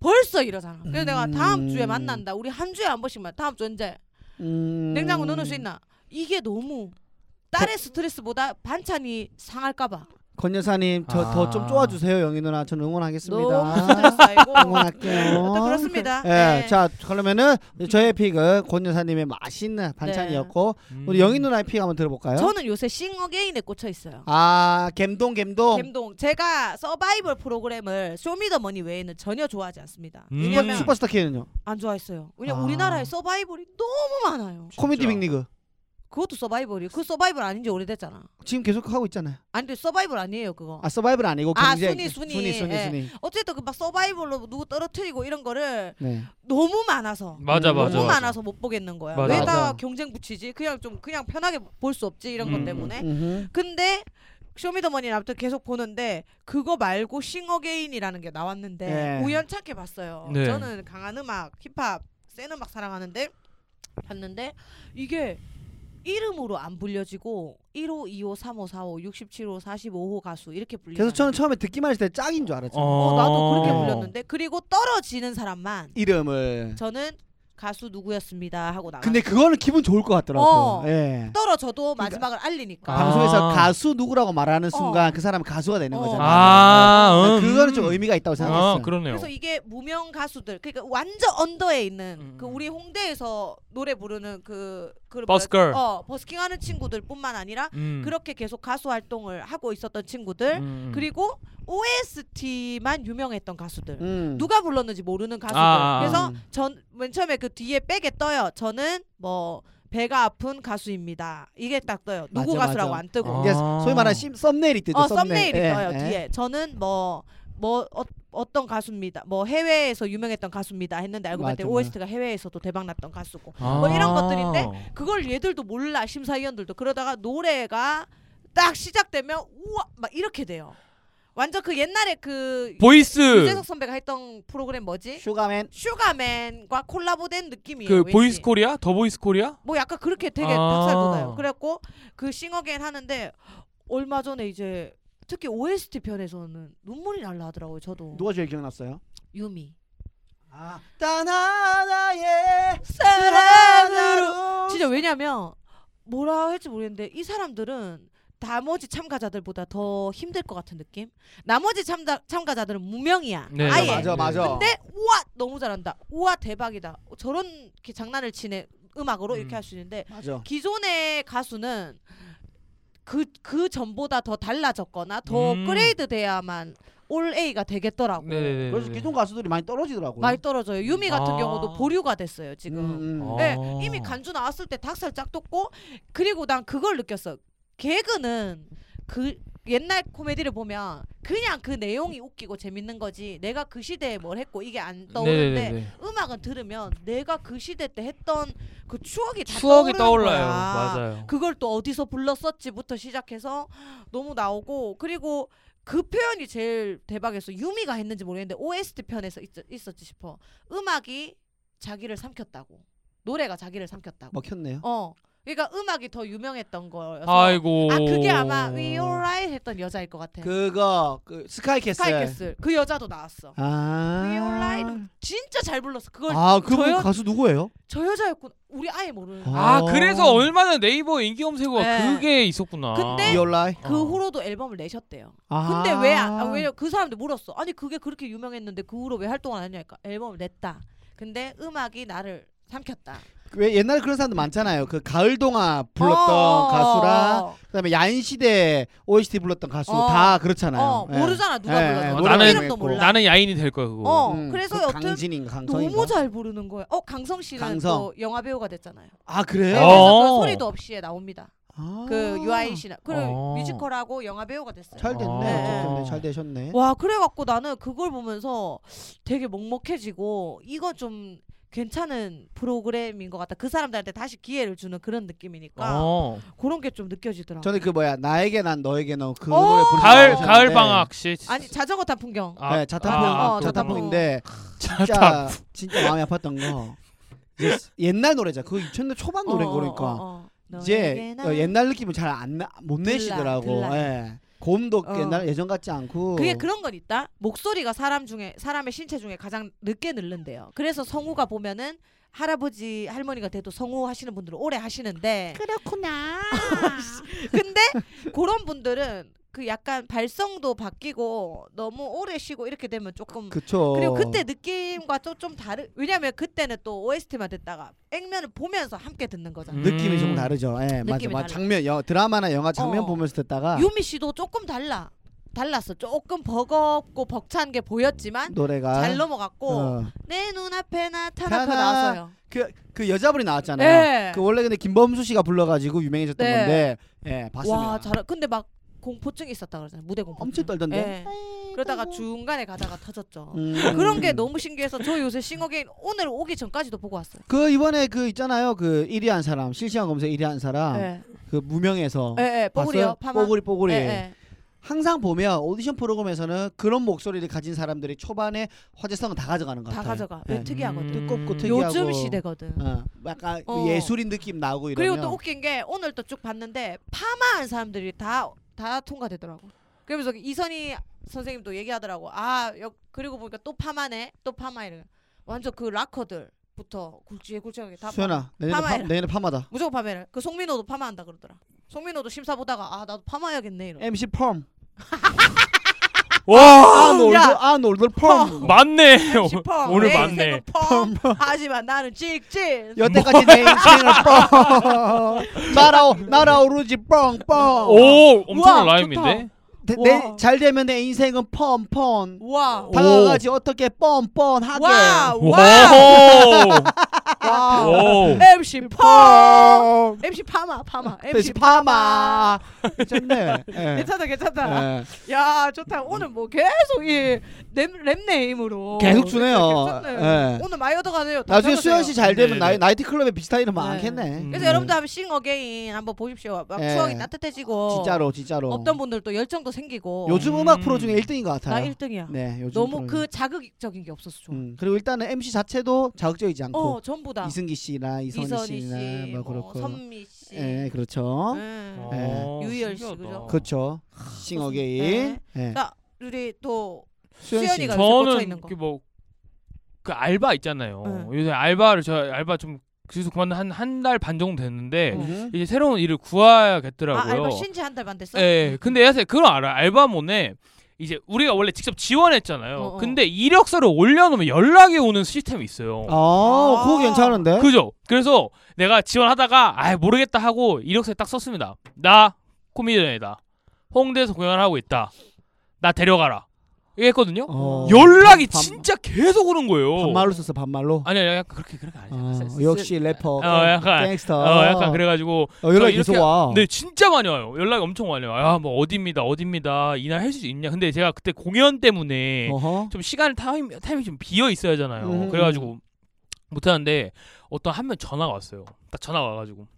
Speaker 1: 벌써 이러잖아. 그래서
Speaker 2: 음.
Speaker 1: 내가 다음 주에 만난다. 우리 한 주에 한 번씩만. 다음 주 언제?
Speaker 2: 음.
Speaker 1: 냉장고 넣어놓을 수 있나? 이게 너무 딸의 스트레스보다 반찬이 상할까봐
Speaker 2: 권 여사님 저 더 좀
Speaker 3: 아.
Speaker 2: 쪼아주세요 영희 누나 저는
Speaker 1: 너무
Speaker 2: 응원하겠습니다.
Speaker 1: 스트레스 쌓이고
Speaker 2: 응원할게요.
Speaker 1: 또 그렇습니다.
Speaker 2: 예,
Speaker 1: 네.
Speaker 2: 자 그러면은 저의 픽은 권 여사님의 맛있는 반찬이었고
Speaker 1: 네.
Speaker 3: 음.
Speaker 2: 우리 영희 누나의 픽 한번 들어볼까요?
Speaker 1: 저는 요새 싱어게인에 꽂혀 있어요.
Speaker 2: 아 갬동 갬동.
Speaker 1: 갬동 제가 서바이벌 프로그램을 쇼미더머니 외에는 전혀 좋아하지 않습니다.
Speaker 3: 음.
Speaker 1: 왜냐면
Speaker 3: 슈퍼-
Speaker 2: 슈퍼스타 K는요?
Speaker 1: 안 좋아했어요. 왜냐면
Speaker 2: 아.
Speaker 1: 우리나라에 서바이벌이 너무 많아요.
Speaker 2: 코미디 빅리그
Speaker 1: 그것도 서바이벌이 그 서바이벌 아닌지 오래됐잖아.
Speaker 2: 지금 계속 하고 있잖아요.
Speaker 1: 아니 근데 서바이벌 아니에요 그거.
Speaker 2: 아 서바이벌 아니고
Speaker 1: 아,
Speaker 2: 경쟁.
Speaker 1: 순위, 순위.
Speaker 2: 순위 순위
Speaker 1: 예.
Speaker 2: 순위.
Speaker 1: 어쨌든 그 막 서바이벌로 누구 떨어뜨리고 이런 거를
Speaker 2: 네.
Speaker 1: 너무 많아서
Speaker 3: 음. 맞아
Speaker 2: 너무
Speaker 3: 맞아.
Speaker 1: 너무
Speaker 3: 맞아.
Speaker 1: 많아서 못 보겠는 거야.
Speaker 3: 맞아.
Speaker 1: 왜
Speaker 2: 맞아.
Speaker 1: 다 경쟁 붙이지? 그냥 좀 그냥 편하게 볼 수 없지 이런 것
Speaker 3: 음.
Speaker 1: 때문에.
Speaker 2: 음흠.
Speaker 1: 근데 쇼미더머니는 아무튼 계속 보는데 그거 말고 싱어게인이라는 게 나왔는데
Speaker 2: 네.
Speaker 1: 우연찮게 봤어요.
Speaker 3: 네.
Speaker 1: 저는 강한 음악, 힙합, 센 음악 사랑하는데 봤는데 이게 이름으로 안 불려지고 1호, 2호, 3호, 4호, 67호, 45호 가수 이렇게 불리잖아요.
Speaker 2: 그래서 저는 처음에 듣기만 했을 때 짝인 줄 알았죠.
Speaker 1: 어, 나도 그렇게
Speaker 2: 어.
Speaker 1: 불렸는데 그리고 떨어지는 사람만
Speaker 2: 이름을.
Speaker 1: 저는 가수 누구였습니다 하고 나가.
Speaker 2: 근데 그거는 기분 좋을 것 같더라고요.
Speaker 1: 아. 어.
Speaker 2: 예.
Speaker 1: 떨어져도 마지막을
Speaker 2: 그러니까
Speaker 1: 알리니까.
Speaker 3: 아.
Speaker 2: 방송에서 가수 누구라고 말하는
Speaker 1: 어.
Speaker 2: 순간 그 사람 가수가 되는
Speaker 1: 어.
Speaker 2: 거잖아요.
Speaker 3: 아,
Speaker 2: 어.
Speaker 3: 음.
Speaker 2: 그거는 좀 의미가 있다고 생각했어요.
Speaker 3: 아, 그러네요.
Speaker 1: 그래서 이게 무명 가수들 그러니까 완전 언더에 있는
Speaker 3: 음.
Speaker 1: 그 우리 홍대에서 노래 부르는 그, 그
Speaker 3: 버스걸.
Speaker 1: 어 버스킹 하는 친구들뿐만 아니라
Speaker 3: 음.
Speaker 1: 그렇게 계속 가수 활동을 하고 있었던 친구들
Speaker 3: 음.
Speaker 1: 그리고 OST만 유명했던 가수들
Speaker 2: 음.
Speaker 1: 누가 불렀는지 모르는 가수들
Speaker 3: 아, 아, 아.
Speaker 1: 그래서 전 맨 처음에 그 뒤에 백에 떠요 저는 뭐 배가 아픈 가수입니다 이게 딱 떠요 누구
Speaker 2: 맞아,
Speaker 1: 가수라고
Speaker 2: 맞아. 어.
Speaker 1: 안 뜨고
Speaker 3: 아.
Speaker 2: 이게 소위 말하는 심, 썸네일이 뜨죠.
Speaker 1: 어, 썸네일이
Speaker 2: 예,
Speaker 1: 떠요
Speaker 2: 예.
Speaker 1: 뒤에. 저는 뭐. 뭐 어, 떤 가수입니다. 뭐 해외에서 유명했던 가수입니다 했는데 알고 봤더니
Speaker 2: 맞아,
Speaker 1: OST가 해외에서도 대박 났던 가수고
Speaker 3: 아.
Speaker 1: 뭐 이런 것들인데 그걸 얘들도 몰라 심사위원들도 그러다가 노래가 딱 시작되면 우와 막 이렇게 돼요. 완전 그 옛날에 그
Speaker 3: 보이스
Speaker 1: 유재석 선배가 했던 프로그램 뭐지?
Speaker 2: 슈가맨.
Speaker 1: 슈가맨과 콜라보된 느낌이에요.
Speaker 3: 그
Speaker 1: 왠지.
Speaker 3: 보이스 코리아 더 보이스 코리아
Speaker 1: 뭐 약간 그렇게 되게
Speaker 3: 아.
Speaker 1: 닭살 돋아요. 그래갖고 그 싱어게인 하는데 얼마 전에 이제 특히 OST 편에서는 눈물이 날라 하더라고요. 저도
Speaker 2: 누가 제일 기억났어요?
Speaker 1: 유미
Speaker 2: 아, 단 하나의
Speaker 1: 사랑으로
Speaker 2: 사랑으로.
Speaker 1: 진짜 왜냐면 뭐라 할지 모르겠는데 이 사람들은 나머지 참가자들보다 더 힘들 것 같은 느낌? 나머지 참가, 참가자들은 무명이야.
Speaker 3: 네,
Speaker 1: 아예.
Speaker 2: 맞아 맞아.
Speaker 1: 근데 우와 너무 잘한다. 우와 대박이다. 저런 이렇게 장난을 치네 음악으로 이렇게
Speaker 3: 음.
Speaker 1: 할 수 있는데
Speaker 2: 맞아.
Speaker 1: 기존의 가수는 그, 그 전보다 더 달라졌거나 더
Speaker 3: 음.
Speaker 1: 그레이드 돼야만 올 A가 되겠더라고.
Speaker 3: 네네네
Speaker 2: 그래서 기존 가수들이 많이 떨어지더라고요.
Speaker 1: 많이 떨어져요. 유미 같은
Speaker 3: 아.
Speaker 1: 경우도 보류가 됐어요, 지금.
Speaker 2: 음, 음.
Speaker 3: 어.
Speaker 1: 네, 이미 간주 나왔을 때 닭살 짝 돋고 그리고 난 그걸 느꼈어. 개그는 그 옛날 코미디를 보면 그냥 그 내용이 웃기고 재밌는 거지. 내가 그 시대에 뭘 했고 이게 안 떠오르는데
Speaker 3: 네네네
Speaker 1: 음악은 들으면 내가 그 시대 때 했던 그 추억이 다
Speaker 3: 추억이
Speaker 1: 떠오르는
Speaker 3: 떠올라요
Speaker 1: 거야.
Speaker 3: 맞아요
Speaker 1: 그걸 또 어디서 불렀었지부터 시작해서 너무 나오고 그리고 그 표현이 제일 대박이었어. 유미가 했는지 모르겠는데 OST 편에서 있, 있었지 싶어. 음악이 자기를 삼켰다고. 노래가 자기를 삼켰다고.
Speaker 2: 뭐? 먹혔네요.
Speaker 1: 어. 그러니까 음악이 더 유명했던 거여서
Speaker 3: 아이고.
Speaker 1: 아 그게 아마 We Alright 했던 여자일 것 같아.
Speaker 2: 그거 그 스카이캐슬.
Speaker 1: 스카이캐슬 그 여자도 나왔어.
Speaker 2: 아.
Speaker 1: We Alright 진짜 잘 불렀어. 그걸
Speaker 2: 아, 그분
Speaker 1: 저요?
Speaker 2: 가수 누구예요?
Speaker 1: 저 여자였구나. 우리 아예 모르는.
Speaker 2: 아,
Speaker 3: 아 그래서 얼마나 네이버 인기 검색어가
Speaker 1: 네.
Speaker 3: 그게 있었구나.
Speaker 1: 근데-
Speaker 2: Your Life.
Speaker 1: 그
Speaker 3: 어.
Speaker 1: 후로도 앨범을 내셨대요.
Speaker 2: 아.
Speaker 1: 근데 왜 안, 아, 왜냐 그 사람들 물었어. 아니 그게 그렇게 유명했는데 그 후로 왜 활동 안 하냐니까 앨범을 냈다. 근데 음악이 나를 삼켰다.
Speaker 2: 왜 옛날에 그런 사람들 많잖아요. 그 가을 동화 불렀던
Speaker 1: 어,
Speaker 2: 가수랑
Speaker 1: 어,
Speaker 2: 그다음에 야인시대 OST 불렀던 가수
Speaker 1: 어.
Speaker 2: 다
Speaker 1: 어,
Speaker 2: 그렇잖아요.
Speaker 1: 어,
Speaker 2: 예.
Speaker 1: 모르잖아 누가
Speaker 2: 예, 예,
Speaker 1: 불렀는지
Speaker 3: 노래방
Speaker 1: 나는 이름도
Speaker 2: 했고.
Speaker 1: 몰라.
Speaker 3: 나는 야인이 될 거야 그거.
Speaker 1: 어
Speaker 2: 음,
Speaker 1: 그래서
Speaker 2: 그
Speaker 1: 여튼
Speaker 2: 강진인가 강성인가?
Speaker 1: 너무 잘 부르는 거예요. 어 강성 씨는
Speaker 2: 강성.
Speaker 1: 또 영화 배우가 됐잖아요.
Speaker 2: 아
Speaker 1: 네,
Speaker 2: 그래요?
Speaker 1: 그래서
Speaker 3: 어.
Speaker 1: 그 소리도 없이에 나옵니다.
Speaker 2: 아.
Speaker 1: 그 유아인 씨나 그리고
Speaker 3: 어.
Speaker 1: 뮤지컬하고 영화 배우가 됐어요.
Speaker 2: 잘 됐네.
Speaker 1: 네.
Speaker 2: 어쨌든 잘 되셨네.
Speaker 1: 와 그래갖고 나는 그걸 보면서 되게 먹먹해지고 이거 좀 괜찮은 프로그램인 것 같다. 그 사람들한테 다시 기회를 주는 그런 느낌이니까
Speaker 3: 어.
Speaker 1: 그런 게 좀 느껴지더라. 고
Speaker 2: 저는 그 뭐야 나에게 난 너에게 너그
Speaker 1: 어.
Speaker 2: 노래 부르는
Speaker 3: 가을
Speaker 2: 거
Speaker 3: 가을
Speaker 2: 하셨는데
Speaker 3: 방학 씨.
Speaker 1: 아니 자전거 탄 풍경.
Speaker 3: 아,
Speaker 2: 네, 자탄풍
Speaker 1: 아, 아,
Speaker 2: 자탄풍인데
Speaker 3: 자탄.
Speaker 2: 진짜 진짜 마음이 아팠던 거 이제 옛날 노래죠. 그 2000년 초반 노래
Speaker 1: 어,
Speaker 2: 거니까
Speaker 1: 어, 어, 어.
Speaker 2: 이제
Speaker 1: 너에게나
Speaker 2: 어, 옛날 느낌을 잘안못
Speaker 1: 들라,
Speaker 2: 내시더라고.
Speaker 1: 들라.
Speaker 2: 예. 고음도
Speaker 1: 어.
Speaker 2: 옛날 예전 같지 않고
Speaker 1: 그게 그런 건 있다. 목소리가 사람 중에 사람의 신체 중에 가장 늦게 늙는데요. 그래서 성우가 보면은 할아버지 할머니가 돼도 성우 하시는 분들은 오래 하시는데
Speaker 2: 그렇구나.
Speaker 1: 근데 그런 분들은 그 약간 발성도 바뀌고 너무 오래 쉬고 이렇게 되면 조금
Speaker 2: 그쵸.
Speaker 1: 그리고 그때 느낌과 또 좀 다르 왜냐면 그때는 또 OST만 듣다가 액면을 보면서 함께 듣는 거잖아.
Speaker 3: 음.
Speaker 2: 느낌이 조금 다르죠. 예, 맞아.
Speaker 1: 느낌이 달라.
Speaker 2: 맞아. 장면 여, 드라마나 영화 장면
Speaker 1: 어.
Speaker 2: 보면서 듣다가
Speaker 1: 유미 씨도 조금 달라. 달랐어. 조금 버겁고 벅찬 게 보였지만
Speaker 2: 노래가
Speaker 1: 잘 넘어갔고
Speaker 2: 아. 어.
Speaker 1: 내 눈앞에 나타나서
Speaker 2: 타나.
Speaker 1: 나왔어요.
Speaker 2: 그, 그 여자분이 나왔잖아요.
Speaker 1: 네.
Speaker 2: 그 원래 근데 김범수 씨가 불러가지고 유명해졌던
Speaker 1: 네.
Speaker 2: 건데, 예, 봤습니다.
Speaker 1: 와, 잘 근데 막 공포증 있었다 그러잖아요. 무대 공포. 네.
Speaker 2: 엄청 떨던데.
Speaker 1: 그러다가 중간에 가다가 터졌죠.
Speaker 2: 음.
Speaker 1: 예. 그런 게 너무 신기해서 저 요새 싱어게인 오늘 오기 전까지도 보고 왔어요.
Speaker 2: 그 이번에 그 있잖아요. 그 1위 한 사람, 실시간 검색 1위 한 사람,
Speaker 1: 예.
Speaker 2: 그 무명에서
Speaker 1: 예, 예. 뽀글이요.
Speaker 2: 봤어요.
Speaker 1: 파마.
Speaker 2: 뽀글이 뽀글이.
Speaker 1: 예, 예.
Speaker 2: 항상 보면 오디션 프로그램에서는 그런 목소리를 가진 사람들이 초반에 화제성을 다 가져가는 것
Speaker 1: 다
Speaker 2: 같아요.
Speaker 1: 가져가.
Speaker 2: 예.
Speaker 1: 왜 특이하거든.
Speaker 3: 음.
Speaker 2: 뜨겁고 특이- 특이하고.
Speaker 1: 요즘 시대거든.
Speaker 2: 어, 약간
Speaker 1: 어.
Speaker 2: 예술인 느낌 나고 이러면.
Speaker 1: 그리고 또 웃긴 게 오늘 또 쭉 봤는데 파마한 사람들이 다 다 통과되더라고. 그러면서 이선희 선생님도 얘기하더라고. 아, 여, 그리고 보니까 또 파마네. 또 파마 이래. 완전 그 락커들부터 굵직해 굵직하게 다 파마.
Speaker 2: 수연아 내년에, 파,
Speaker 1: 파마해라.
Speaker 2: 내년에 파마다.
Speaker 1: 무조건 파마를. 그 송민호도 파마한다 그러더라. 송민호도 심사 보다가 아, 나도 파마해야겠네 이러.
Speaker 2: MC 펌.
Speaker 3: 와
Speaker 2: 아 놀들
Speaker 1: 야. 어.
Speaker 2: 아 놀들 펌.
Speaker 3: 맞네.
Speaker 1: 펑.
Speaker 3: 어, 오늘
Speaker 1: 내
Speaker 3: 맞네.
Speaker 1: 인생은 펑. 하지만 나는 직진.
Speaker 2: 여태까지 내 인생을 뻥 날아오 날아오르지 뻥뻥
Speaker 3: 오
Speaker 1: 우와,
Speaker 3: 엄청난 라임인데.
Speaker 2: 내-
Speaker 1: 와.
Speaker 2: 내, 네, 잘 되면 내 인생은 뻔뻔
Speaker 1: 와.
Speaker 2: 다가가지 어떻게 뻔뻔하게
Speaker 1: 와. 와.
Speaker 3: 오. 오.
Speaker 1: MC 펑.
Speaker 2: 뻥
Speaker 1: MC 파마 파마.
Speaker 2: MC
Speaker 1: MC 파마.
Speaker 2: 네, 파마 괜찮네 예.
Speaker 1: 괜찮다 괜찮다.
Speaker 2: 예.
Speaker 1: 야 좋다. 오늘 뭐 계속 이랩 네임으로
Speaker 2: 계속 주네요
Speaker 1: 괜찮네.
Speaker 2: 예.
Speaker 1: 오늘 많이 얻어가네요. 다
Speaker 2: 나중에
Speaker 1: 적으세요.
Speaker 2: 수현 씨 잘 되면
Speaker 3: 네,
Speaker 2: 나이,
Speaker 3: 네.
Speaker 2: 나이트 클럽에 비슷한 이름
Speaker 1: 네.
Speaker 2: 많겠네
Speaker 3: 음.
Speaker 1: 그래서
Speaker 2: 예.
Speaker 1: 여러분들 한번 싱 어게인 한번 보십시오. 막
Speaker 2: 예.
Speaker 1: 추억이 따뜻해지고
Speaker 2: 진짜로 진짜로
Speaker 1: 없던 분들도 열정도 생기고
Speaker 2: 요즘
Speaker 3: 음.
Speaker 2: 음악 프로 중에 1등인 것
Speaker 1: 나
Speaker 2: 같아요
Speaker 1: 1등이야.
Speaker 2: 네 요즘
Speaker 1: 너무
Speaker 2: 프로.
Speaker 1: 그 자극적인 게 없어서 좋아.
Speaker 2: 음, 그리고 일단은 MC 자체도 자극적이지 않고
Speaker 1: 어 전부 다
Speaker 2: 이승기 씨나 이선희
Speaker 1: 이선희
Speaker 2: 씨나
Speaker 1: 씨,
Speaker 2: 뭐
Speaker 1: 뭐
Speaker 2: 그렇고
Speaker 1: 선미 씨,
Speaker 2: 예 그렇죠
Speaker 1: 음.
Speaker 2: 네.
Speaker 1: 유희열 씨,
Speaker 3: 어, 신기하다.
Speaker 1: 그죠?
Speaker 2: 그렇죠 싱어게인
Speaker 1: 네.
Speaker 2: 예.
Speaker 1: 자, 우리 또
Speaker 2: 수현 씨
Speaker 1: 수현이가- 꽂혀 있는
Speaker 3: 저는
Speaker 1: 거.
Speaker 3: 뭐그 알바 있잖아요.
Speaker 1: 응.
Speaker 3: 요새 알바를 저 알바 좀 계속 그만 한한 달 반 정도 됐는데
Speaker 1: 어.
Speaker 2: 음.
Speaker 3: 이제 새로운 일을 구해야겠더라고요.
Speaker 1: 아 알바 신지 한 달 반 됐어?
Speaker 3: 예, 근데 야세 그건 알아. 알바몬에 이제 우리가 원래 직접 지원했잖아요.
Speaker 1: 어, 어.
Speaker 3: 근데 이력서를 올려놓으면 연락이 오는 시스템이 있어요.
Speaker 2: 아,
Speaker 1: 아.
Speaker 2: 그거 괜찮은데
Speaker 3: 그죠? 그래서 내가 지원하다가 아 모르겠다 하고 이력서에 딱 썼습니다. 나 코미디언이다. 홍대에서 공연을 하고 있다. 나 데려가라. 이게 했거든요.
Speaker 2: 어.
Speaker 3: 연락이
Speaker 2: 반-
Speaker 3: 진짜 계속 오는 거예요.
Speaker 2: 반말로 썼어 반말로
Speaker 3: 아니 아니 약간 그렇게 그렇게 아니야.
Speaker 2: 어, 역시 래퍼
Speaker 3: 어, 약간-
Speaker 2: 갱스터
Speaker 3: 어 약간 그래가지고
Speaker 2: 어, 연락
Speaker 3: 저
Speaker 2: 계속
Speaker 3: 이렇게-
Speaker 2: 와
Speaker 3: 네, 진짜 많이 와요. 연락이 엄청 많이 와요. 아, 뭐 어디입니다, 어디입니다. 이날 할 수 있냐. 근데 제가 그때 공연 때문에
Speaker 2: 어허
Speaker 3: 좀 시간 타임 타임이 좀 비어 있어야 하잖아요.
Speaker 2: 음.
Speaker 3: 그래가지고 못 하는데 어떤 한 명 전화가 왔어요. 딱 전화가 와가지고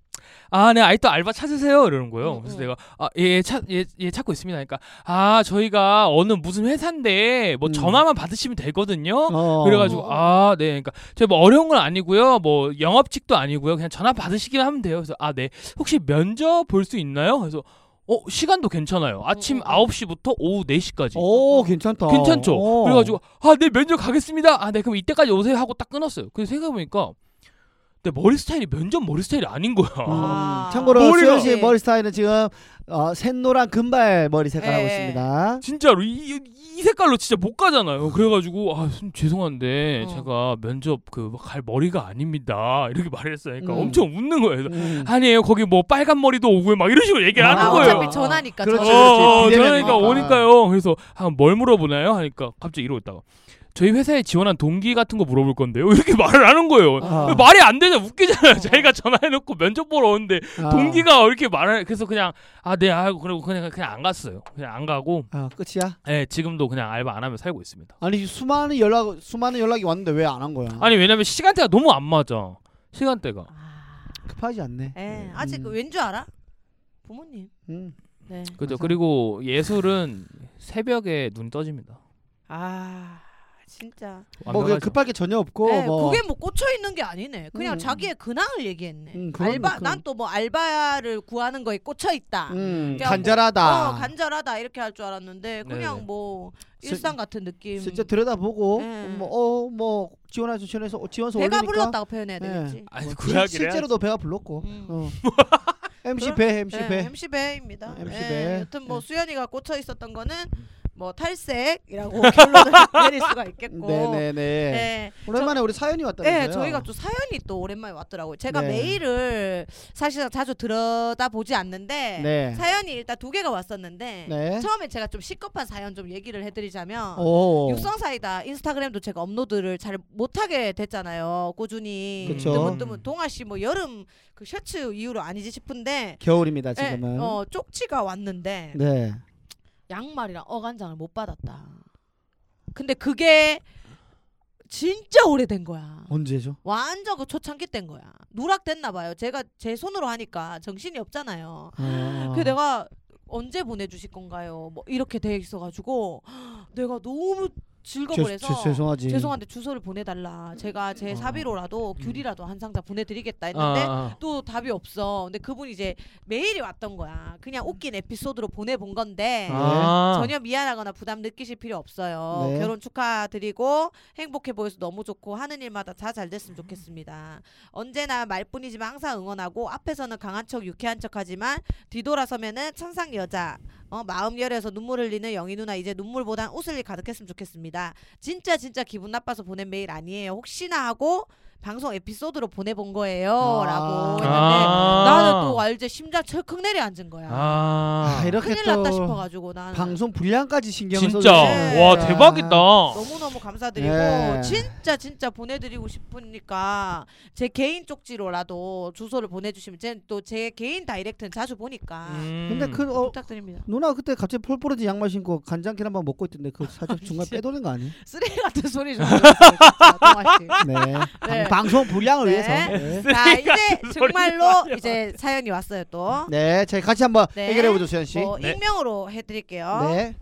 Speaker 3: 아, 네, 아직도 알바 찾으세요? 이러는 거예요.
Speaker 2: 음,
Speaker 1: 응,
Speaker 3: 그래서
Speaker 1: 응.
Speaker 3: 내가, 아, 예, 예, 찾, 예, 예, 찾고 있습니다. 그러니까, 아, 저희가 어느 무슨 회사인데, 뭐
Speaker 2: 음.
Speaker 3: 전화만 받으시면 되거든요?
Speaker 2: 어.
Speaker 3: 그래가지고,
Speaker 1: 어.
Speaker 3: 아, 네, 그러니까, 저희 뭐 어려운 건 아니고요. 뭐 영업직도 아니고요. 그냥 전화 받으시기만 하면 돼요. 그래서, 아, 네. 혹시 면접 볼 수 있나요? 그래서, 어, 시간도 괜찮아요. 아침
Speaker 2: 음,
Speaker 1: 응, 응, 응.
Speaker 3: 9시부터 오후 4시까지.
Speaker 2: 오 괜찮다.
Speaker 3: 괜찮죠?
Speaker 2: 어.
Speaker 3: 그래가지고 아 네 면접 가겠습니다. 아 네 그럼 이때까지 오세요 하고 딱 끊었어요. 그래서 생각해보니까 내 머리 스타일이 면접 머리 스타일이 아닌 거야.
Speaker 2: 음,
Speaker 1: 아.
Speaker 2: 참고로
Speaker 3: 머리가- 네.
Speaker 2: 수현 씨 머리 스타일은 지금 어, 샛노란 금발 머리 색깔하고
Speaker 3: 네.
Speaker 1: 예.
Speaker 2: 있습니다.
Speaker 3: 진짜로 이, 이- 이 색깔로 진짜 못 가잖아요. 그래가지고 아 선생님 죄송한데
Speaker 1: 어.
Speaker 3: 제가 면접 그 갈 머리가 아닙니다. 이렇게 말했어요. 그러니까
Speaker 2: 음.
Speaker 3: 엄청 웃는 거예요. 그래서
Speaker 2: 음.
Speaker 3: 아니에요 거기 뭐 빨간 머리도 오고 막 이런 식으로 얘기를
Speaker 2: 아,
Speaker 3: 하는
Speaker 1: 아,
Speaker 3: 거예요.
Speaker 1: 어차피 전화니까.
Speaker 2: 그렇죠.
Speaker 1: 전화.
Speaker 3: 어,
Speaker 2: 그렇지.
Speaker 3: 그러니까
Speaker 2: 비대면이니까.
Speaker 3: 오니까요. 그래서 아, 뭘 물어보나요? 하니까 갑자기 이러고 있다가 저희 회사에 지원한 동기 같은 거 물어볼 건데요. 이렇게 말을 하는 거예요.
Speaker 2: 아.
Speaker 3: 어. 말이 안 되냐 웃기잖아요.
Speaker 1: 어.
Speaker 3: 자기가 전화해놓고 면접 보러 오는데
Speaker 2: 아.
Speaker 3: 동기가 이렇게 말해 그래서 그냥 아네 하고 그리고 그냥 그냥 안 갔어요. 그냥 안 가고
Speaker 2: 아 끝이야?
Speaker 3: 예 지금도 그냥 알바 안 하면 살고 있습니다.
Speaker 2: 아니 수많은 연락 수많은 연락이 왔는데 왜 안 한 거야?
Speaker 3: 아니 왜냐면 시간대가 너무 안 맞아. 시간대가
Speaker 1: 아,
Speaker 2: 급하지 않네.
Speaker 1: 예, 아직
Speaker 2: 음.
Speaker 1: 왠 줄 알아? 부모님.
Speaker 2: 음.
Speaker 1: 네.
Speaker 3: 그죠.
Speaker 2: 맞아.
Speaker 3: 그리고 예술은 새벽에 눈이 떠집니다.
Speaker 1: 아 진짜.
Speaker 2: 뭐 그냥
Speaker 3: 완벽하죠.
Speaker 2: 급할 게 전혀 없고
Speaker 1: 네,
Speaker 2: 뭐
Speaker 1: 그게 뭐 꽂혀 있는 게 아니네. 그냥
Speaker 2: 음.
Speaker 1: 자기의 근황을 얘기했네.
Speaker 2: 음, 그건
Speaker 1: 알바
Speaker 2: 그건.
Speaker 1: 난 또 뭐 알바를 구하는 거에 꽂혀 있다.
Speaker 2: 음,
Speaker 1: 아, 그냥
Speaker 2: 간절하다.
Speaker 1: 어, 간절하다 이렇게 할 줄 알았는데 그냥
Speaker 3: 네네.
Speaker 1: 뭐
Speaker 2: 실-
Speaker 1: 일상 같은 느낌.
Speaker 2: 실제 들여다보고
Speaker 1: 네.
Speaker 2: 뭐어뭐 지원할 수 지원해서 어, 지원서
Speaker 1: 배가
Speaker 2: 올리니까
Speaker 1: 불렀다고 표현해야
Speaker 2: 네.
Speaker 1: 되겠지.
Speaker 3: 아니 그
Speaker 2: 실-
Speaker 3: 구약이래.
Speaker 2: 실제로도 배가 불렀고
Speaker 1: 음.
Speaker 2: 어. MC
Speaker 1: 그럼-
Speaker 2: 배 MC
Speaker 1: 네,
Speaker 2: 배
Speaker 1: MC 배입니다.
Speaker 2: MC
Speaker 1: 예,
Speaker 2: 배.
Speaker 1: 여튼 뭐
Speaker 2: 네.
Speaker 1: 수연이가 꽂혀 있었던 거는 뭐 탈색이라고 결론을 내릴 수가 있겠고.
Speaker 2: 네네네
Speaker 1: 네.
Speaker 2: 오랜만에 우리 사연이 왔다면서요
Speaker 1: 네, 저희가 또 사연이 또 오랜만에 왔더라고요. 제가
Speaker 2: 네.
Speaker 1: 메일을 사실 자주 들여다보지 않는데
Speaker 2: 네.
Speaker 1: 사연이 일단 두 개가 왔었는데
Speaker 2: 네.
Speaker 1: 처음에 제가 좀 시급한 사연 좀 얘기를 해드리자면
Speaker 2: 오.
Speaker 1: 육성사이다 인스타그램도 제가 업로드를 잘 못하게 됐잖아요. 꾸준히
Speaker 2: 그쵸.
Speaker 1: 뜨문뜨문 동아 씨 뭐 여름 그 셔츠 이후로 아니지 싶은데
Speaker 2: 겨울입니다
Speaker 1: 예,
Speaker 2: 지금은
Speaker 1: 어, 예. 쪽지가 왔는데
Speaker 2: 네
Speaker 1: 양말이랑 어간장을 못 받았다. 근데 그게 진짜 오래된 거야.
Speaker 2: 언제죠
Speaker 1: 완전 그 초창기 때인 거야. 누락됐나 봐요. 제가 제 손으로 하니까 정신이 없잖아요.
Speaker 2: 아.
Speaker 1: 그 내가 언제 보내주실 건가요? 뭐 이렇게 돼 있어가지고 내가 너무
Speaker 2: 죄-
Speaker 1: 즐거워해서
Speaker 2: 죄- 죄송하지
Speaker 1: 죄송한데 주소를 보내달라. 제가 제
Speaker 2: 어.
Speaker 1: 사비로라도 귤이라도 한 상자 보내드리겠다
Speaker 3: 아,
Speaker 1: 했는데
Speaker 3: 아.
Speaker 1: 또 답이 없어. 근데 그분이 이제 메일이 왔던 거야. 그냥
Speaker 2: 음.
Speaker 1: 웃긴 에피소드로 보내본 건데
Speaker 3: 아.
Speaker 1: 전혀 미안하거나 부담 느끼실 필요 없어요.
Speaker 2: 어. 네.
Speaker 1: 결혼 축하드리고 행복해 보여서 너무 좋고 하는 일마다 다 잘 됐으면 좋겠습니다. 언제나 말뿐이지만 항상 응원하고 앞에서는 강한 척 유쾌한 척하지만 뒤돌아서면은 천상 여자 어, 마음 열려서 눈물 흘리는 영희 누나 이제 눈물보단 웃을 일 가득했으면 좋겠습니다. 진짜 진짜 기분 나빠서 보낸 메일 아니에요. 혹시나 하고 방송 에피소드로 보내본
Speaker 2: 아.
Speaker 1: 거예요라고 했는데
Speaker 3: 아.
Speaker 1: 나는 또 알제 심장 철컥 내려앉은 거야.
Speaker 3: 아,
Speaker 2: 아, 이렇게
Speaker 1: 큰일
Speaker 2: 또
Speaker 1: 났다 싶어가지고 나는
Speaker 2: 방송 분량까지 신경을
Speaker 3: 진짜
Speaker 2: 써주시네.
Speaker 1: 네.
Speaker 3: 와 대박이다.
Speaker 1: 너무너무 감사드리고
Speaker 2: 예.
Speaker 1: 진짜 진짜 보내드리고 싶으니까 제 개인 쪽지로라도 주소를 보내주시면 또 제 개인 다이렉트는 자주 보니까
Speaker 3: 음.
Speaker 2: 근데 그 어,
Speaker 1: 부탁드립니다.
Speaker 2: 누나 그때 갑자기 폴포르지 양말 신고 간장길 한번 먹고 있던데 그 사진 중간에
Speaker 1: 아, 진짜.
Speaker 2: 빼돌린 거 아니에요?
Speaker 1: 쓰레기 같은 소리 좀 들었어요, 진짜, 동아 씨.
Speaker 2: 네.
Speaker 1: 네.
Speaker 2: 방, 방송 분량을
Speaker 1: 네.
Speaker 2: 위해서. 네.
Speaker 1: 자
Speaker 3: 쓰레기
Speaker 1: 이제
Speaker 3: 같은 소리
Speaker 1: 정말로
Speaker 3: 하지 마.
Speaker 1: 이제 사연이 왔어요 또.
Speaker 2: 네, 저희 같이 한번
Speaker 1: 네.
Speaker 2: 해결해 보죠, 수현 씨.
Speaker 1: 뭐
Speaker 3: 네.
Speaker 1: 익명으로 해드릴게요.
Speaker 2: 네.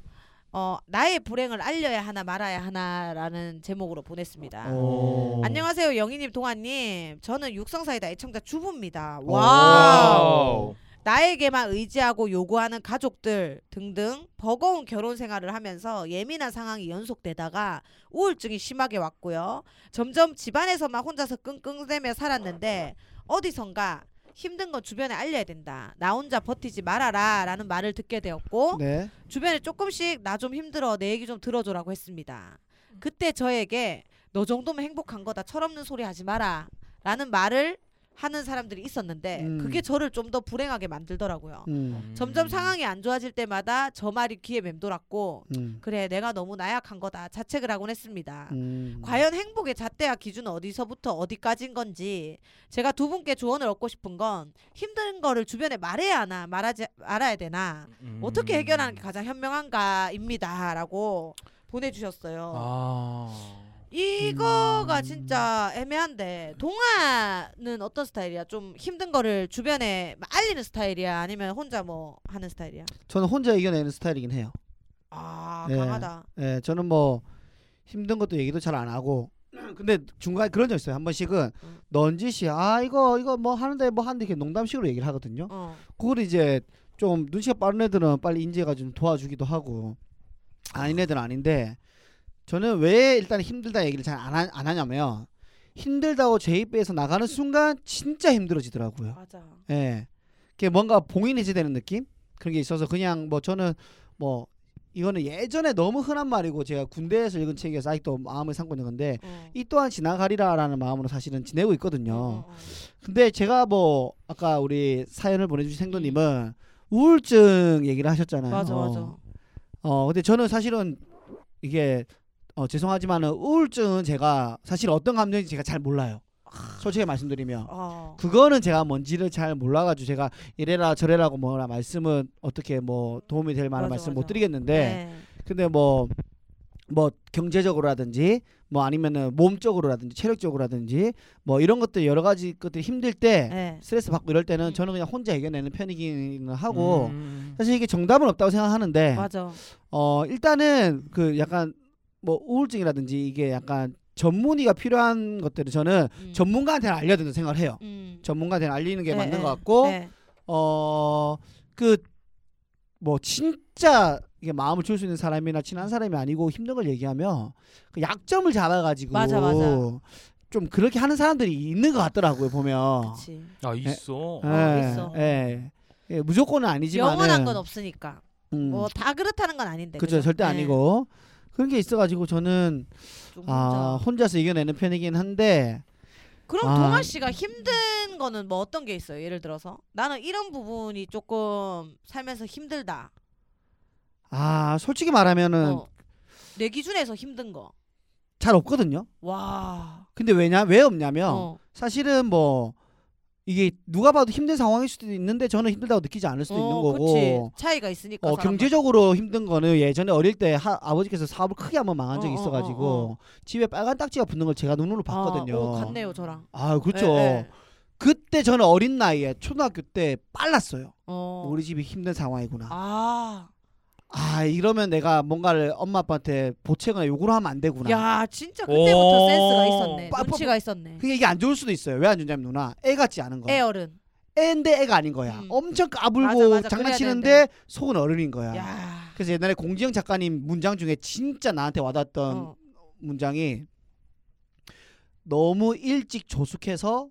Speaker 1: 어 나의 불행을 알려야 하나 말아야 하나라는 제목으로 보냈습니다.
Speaker 2: 어, 오.
Speaker 1: 아. 안녕하세요 영희님 동아님 저는 육성사이다 애청자 주부입니다.
Speaker 2: 오.
Speaker 1: 와
Speaker 3: 와우.
Speaker 1: 나에게만 의지하고 요구하는 가족들 등등 버거운 결혼 생활을 하면서 예민한 상황이 연속되다가 우울증이 심하게 왔고요. 점점 집안에서만 혼자서 끙끙대며 살았는데 어디선가 힘든 건 주변에 알려야 된다. 나 혼자 버티지 말아라. 라는 말을 듣게 되었고,
Speaker 2: 네.
Speaker 1: 주변에 조금씩 나 좀 힘들어 내 얘기 좀 들어줘라고 했습니다. 그때 저에게 너 정도면 행복한 거다 철없는 소리 하지 마라 라는 말을 하는 사람들이 있었는데
Speaker 2: 음.
Speaker 1: 그게 저를 좀 더 불행하게 만들더라고요.
Speaker 2: 음.
Speaker 1: 점점 상황이 안 좋아질 때마다 저 말이 귀에 맴돌았고
Speaker 2: 음.
Speaker 1: 그래 내가 너무 나약한 거다 자책을 하곤 했습니다.
Speaker 2: 음.
Speaker 1: 과연 행복의 잣대와 기준은 어디서부터 어디까지인 건지 제가 두 분께 조언을 얻고 싶은 건 힘든 거를 주변에 말해야 하나 말하지 말아야 되나
Speaker 3: 음.
Speaker 1: 어떻게 해결하는 게 가장 현명한가입니다라고 보내주셨어요.
Speaker 3: 아.
Speaker 1: 이거가 진짜 애매한데 동아는 어떤 스타일이야? 좀 힘든 거를 주변에 막 알리는 스타일이야? 아니면 혼자 뭐 하는 스타일이야?
Speaker 2: 저는 혼자 이겨내는 스타일이긴 해요.
Speaker 1: 아
Speaker 2: 네.
Speaker 1: 강하다.
Speaker 2: 예, 저는 뭐 힘든 것도 얘기도 잘 안 하고. 근데 중간에 그런 적 있어요. 한 번씩은
Speaker 1: 음.
Speaker 2: 넌지시 아 이거 이거 뭐 하는데 뭐 하는데 이렇게 농담식으로 얘기를 하거든요.
Speaker 1: 어.
Speaker 2: 그걸 이제 좀 눈치가 빠른 애들은 빨리 인지해가 좀 도와주기도 하고 아닌 애들은 아닌데 저는 왜 일단 힘들다 얘기를 잘 안 하냐면 힘들다고 제 입에서 나가는 순간 진짜 힘들어지더라고요.
Speaker 1: 맞아. 어.
Speaker 2: 예. 그게 뭔가 봉인해제되는 느낌? 그런 게 있어서 그냥 뭐 저는 뭐 이거는 예전에 너무 흔한 말이고 제가 군대에서 읽은 책에서 아직도 마음을 삼고 있는 건데 이 또한 지나가리라라는 마음으로 사실은 지내고
Speaker 1: 어,
Speaker 2: 있거든요.
Speaker 1: 어, 어.
Speaker 2: 근데 제가 뭐 아까 우리 사연을 보내주신 생도님은 우울증 얘기를
Speaker 1: 음.
Speaker 2: 하셨잖아요.
Speaker 1: 맞아
Speaker 2: 어.
Speaker 1: 맞아.
Speaker 2: 어 근데 저는 사실은 이게 어 죄송하지만은 우울증은 제가 사실 어떤 감정인지 제가 잘 몰라요.
Speaker 1: 아.
Speaker 2: 솔직히 말씀드리면
Speaker 1: 어.
Speaker 2: 그거는 제가 뭔지를 잘 몰라가지고 제가 이래라 저래라고 뭐라 말씀은 어떻게 뭐 도움이 될
Speaker 1: 맞아,
Speaker 2: 만한 말씀
Speaker 1: 맞아. 네.
Speaker 2: 못 드리겠는데 근데 뭐 뭐 경제적으로라든지 뭐 아니면은 몸적으로라든지 체력적으로라든지 뭐 이런 것들 여러 가지 것들 이 힘들 때
Speaker 1: 네. 네.
Speaker 2: 스트레스 받고 이럴 때는
Speaker 1: 음.
Speaker 2: 저는 그냥 혼자 이겨내는 편이기는 하고
Speaker 3: 음.
Speaker 2: 사실 이게 정답은 없다고 생각하는데
Speaker 1: 맞아.
Speaker 2: 어 일단은 그 약간 뭐 우울증이라든지 이게 약간 전문의가 필요한 것들을 저는
Speaker 1: 음.
Speaker 2: 전문가한테 알려야 된다고 생각을 해요.
Speaker 1: 음.
Speaker 2: 전문가한테 알리는 게
Speaker 1: 네,
Speaker 2: 맞는
Speaker 1: 네.
Speaker 2: 것 같고
Speaker 1: 네.
Speaker 2: 어 그 뭐 진짜 이게 마음을 줄 수 있는 사람이나 친한 사람이 아니고 힘든 걸 얘기하면 그 약점을 잡아가지고
Speaker 1: 맞아, 맞아.
Speaker 2: 좀 그렇게 하는 사람들이 있는 것 같더라고요 보면.
Speaker 1: 그치.
Speaker 3: 아 있어.
Speaker 2: 네.
Speaker 1: 어, 있어.
Speaker 2: 예. 예, 무조건은 아니지만
Speaker 1: 영원한 건 없으니까.
Speaker 2: 음,
Speaker 1: 뭐 다 그렇다는 건 아닌데.
Speaker 2: 그죠 절대
Speaker 1: 네. 음,
Speaker 2: 아니고 그런 게 있어가지고 저는
Speaker 1: 좀
Speaker 2: 아
Speaker 1: 혼자.
Speaker 2: 혼자서 이겨내는 편이긴 한데
Speaker 1: 그럼
Speaker 2: 아.
Speaker 1: 동아 씨가 힘든 거는 뭐 어떤 게 있어요? 예를 들어서 나는 이런 부분이 조금 살면서 힘들다.
Speaker 2: 아 솔직히 말하면은
Speaker 1: 어. 내 기준에서 힘든 거.
Speaker 2: 잘 없거든요.
Speaker 1: 와.
Speaker 2: 근데 왜냐 왜 없냐면
Speaker 1: 어.
Speaker 2: 사실은 뭐 이게 누가 봐도 힘든 상황일 수도 있는데 저는 힘들다고 느끼지 않을 수도 있는 거고
Speaker 1: 어, 그치. 차이가 있으니까.
Speaker 2: 어,
Speaker 1: 사람마다.
Speaker 2: 경제적으로 힘든 거는 예전에 어릴 때 하- 아버지께서 사업을 크게 한번 망한 적이
Speaker 1: 어, 어,
Speaker 2: 있어가지고
Speaker 1: 어,
Speaker 2: 집에 빨간 딱지가 붙는 걸 제가 눈으로 봤거든요.
Speaker 1: 아, 오, 같네요 저랑.
Speaker 2: 아, 그렇죠.
Speaker 1: 예, 예.
Speaker 2: 그때 저는 어린 나이에 초등학교 때 빨랐어요.
Speaker 1: 어.
Speaker 2: 우리 집이 힘든 상황이구나. 아.
Speaker 1: 아.
Speaker 2: 이러면 내가 뭔가를 엄마 아빠한테 보채거나 요구를 하면 안 되구나. 어.
Speaker 1: 야 진짜 그때부터
Speaker 3: 오.
Speaker 1: 센스가 있었네.
Speaker 2: 빠-
Speaker 1: 눈치가 있었네.
Speaker 2: 그게 이게 안 좋을 수도 있어요. 왜 안 좋냐면 누나 애 같지 않은 거야.
Speaker 1: 애어른.
Speaker 2: 애인데 애가 아닌 거야.
Speaker 1: 음.
Speaker 2: 엄청 까불고
Speaker 1: 맞아, 맞아. 그래야
Speaker 2: 장난치는데 속은 어른인 거야.
Speaker 1: 야.
Speaker 2: 그래서 옛날에 공지영 작가님 문장 중에 진짜 나한테 와닿았던
Speaker 1: 어.
Speaker 2: 문장이 너무 일찍 조숙해서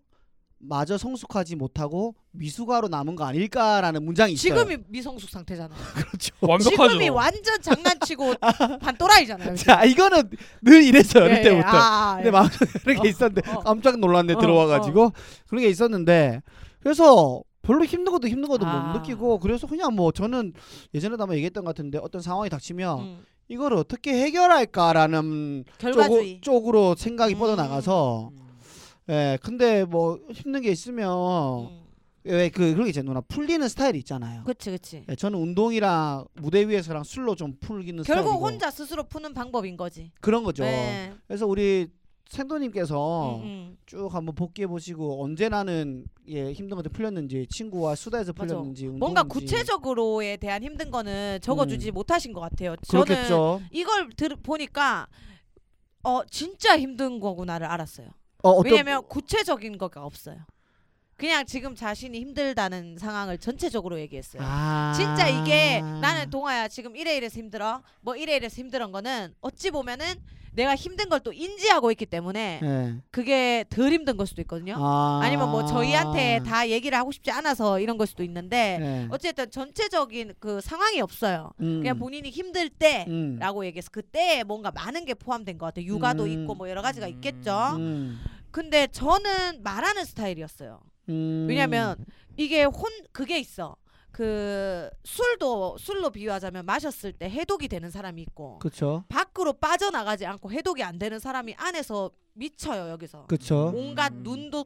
Speaker 2: 마저 성숙하지 못하고 미숙아로 남은 거 아닐까라는 문장이 있어요.
Speaker 1: 지금이 미성숙 상태잖아.
Speaker 2: 그렇죠.
Speaker 3: 완벽하죠.
Speaker 1: 지금이 완전 장난치고 반또라이잖아요.
Speaker 2: 자 이거는 늘 이랬어요 어릴 때부터.
Speaker 1: 아,
Speaker 2: 내 마음속에 그런 게
Speaker 1: 어,
Speaker 2: 있었는데
Speaker 1: 어.
Speaker 2: 깜짝 놀랐네
Speaker 1: 어,
Speaker 2: 들어와가지고 그런 게 있었는데 그래서 별로 힘든 것도 힘든 것도
Speaker 1: 아.
Speaker 2: 못 느끼고 그래서 그냥 뭐 저는 예전에도 한번 얘기했던 것 같은데 어떤 상황이 닥치면
Speaker 1: 음.
Speaker 2: 이걸 어떻게 해결할까라는
Speaker 1: 결과주의.
Speaker 2: 쪽으, 로 생각이
Speaker 1: 음.
Speaker 2: 뻗어나가서 예 근데 뭐 힘든 게 있으면
Speaker 1: 음.
Speaker 2: 왜 그 그런 게 있잖아 누나 풀리는 스타일이 있잖아요
Speaker 1: 그치 그치.
Speaker 2: 예, 저는 운동이랑 무대 위에서랑 술로 좀
Speaker 1: 결국
Speaker 2: 풀기는 스타일이고 뭐
Speaker 1: 혼자 스스로 푸는 방법인 거지.
Speaker 2: 그런 거죠 어.
Speaker 1: 네.
Speaker 2: 그래서 우리 생도님께서
Speaker 1: 음, 음.
Speaker 2: 쭉 한번 복귀해 보시고 언제 나는 예 힘든 것들 풀렸는지 친구와 수다에서
Speaker 1: 맞아.
Speaker 2: 풀렸는지 운동인지. 음.
Speaker 1: 뭔가 구체적으로에 대한 힘든 거는 적어주지 못하신 것 같아요. 저는
Speaker 2: 그렇겠죠.
Speaker 1: 이걸 들, 보니까 어 진짜 힘든 거구나를 알았어요.
Speaker 2: 어, 어떤-
Speaker 1: 왜냐면 구체적인 거가 없어요. 그냥 지금 자신이 힘들다는 상황을 전체적으로 얘기했어요.
Speaker 2: 아.
Speaker 1: 진짜 이게 나는 동아야 지금 이래 이래서 힘들어 뭐 이래 이래서 힘든 거는 어찌 보면은 내가 힘든 걸 또 인지하고 있기 때문에
Speaker 2: 예.
Speaker 1: 그게 덜 힘든 걸 수도 있거든요
Speaker 2: 아.
Speaker 1: 아니면 뭐 저희한테 다 얘기를 하고 싶지 않아서 이런 걸 수도 있는데
Speaker 2: 예.
Speaker 1: 어쨌든 전체적인 그 상황이 없어요
Speaker 2: 음.
Speaker 1: 그냥 본인이 힘들 때
Speaker 2: 음.
Speaker 1: 라고 얘기해서 그때 뭔가 많은 게 포함된 것 같아요 육아도
Speaker 2: 음.
Speaker 1: 있고 뭐 여러 가지가
Speaker 3: 음.
Speaker 1: 있겠죠
Speaker 2: 음.
Speaker 1: 근데 저는 말하는 스타일이었어요
Speaker 2: 음.
Speaker 1: 왜냐면 이게 혼 그게 있어. 그 술도 술로 비유하자면 마셨을 때 해독이 되는 사람이 있고
Speaker 2: 그쵸
Speaker 1: 밖으로 빠져나가지 않고 해독이 안 되는 사람이 안에서 미쳐요 여기서
Speaker 2: 그쵸
Speaker 1: 온갖 눈도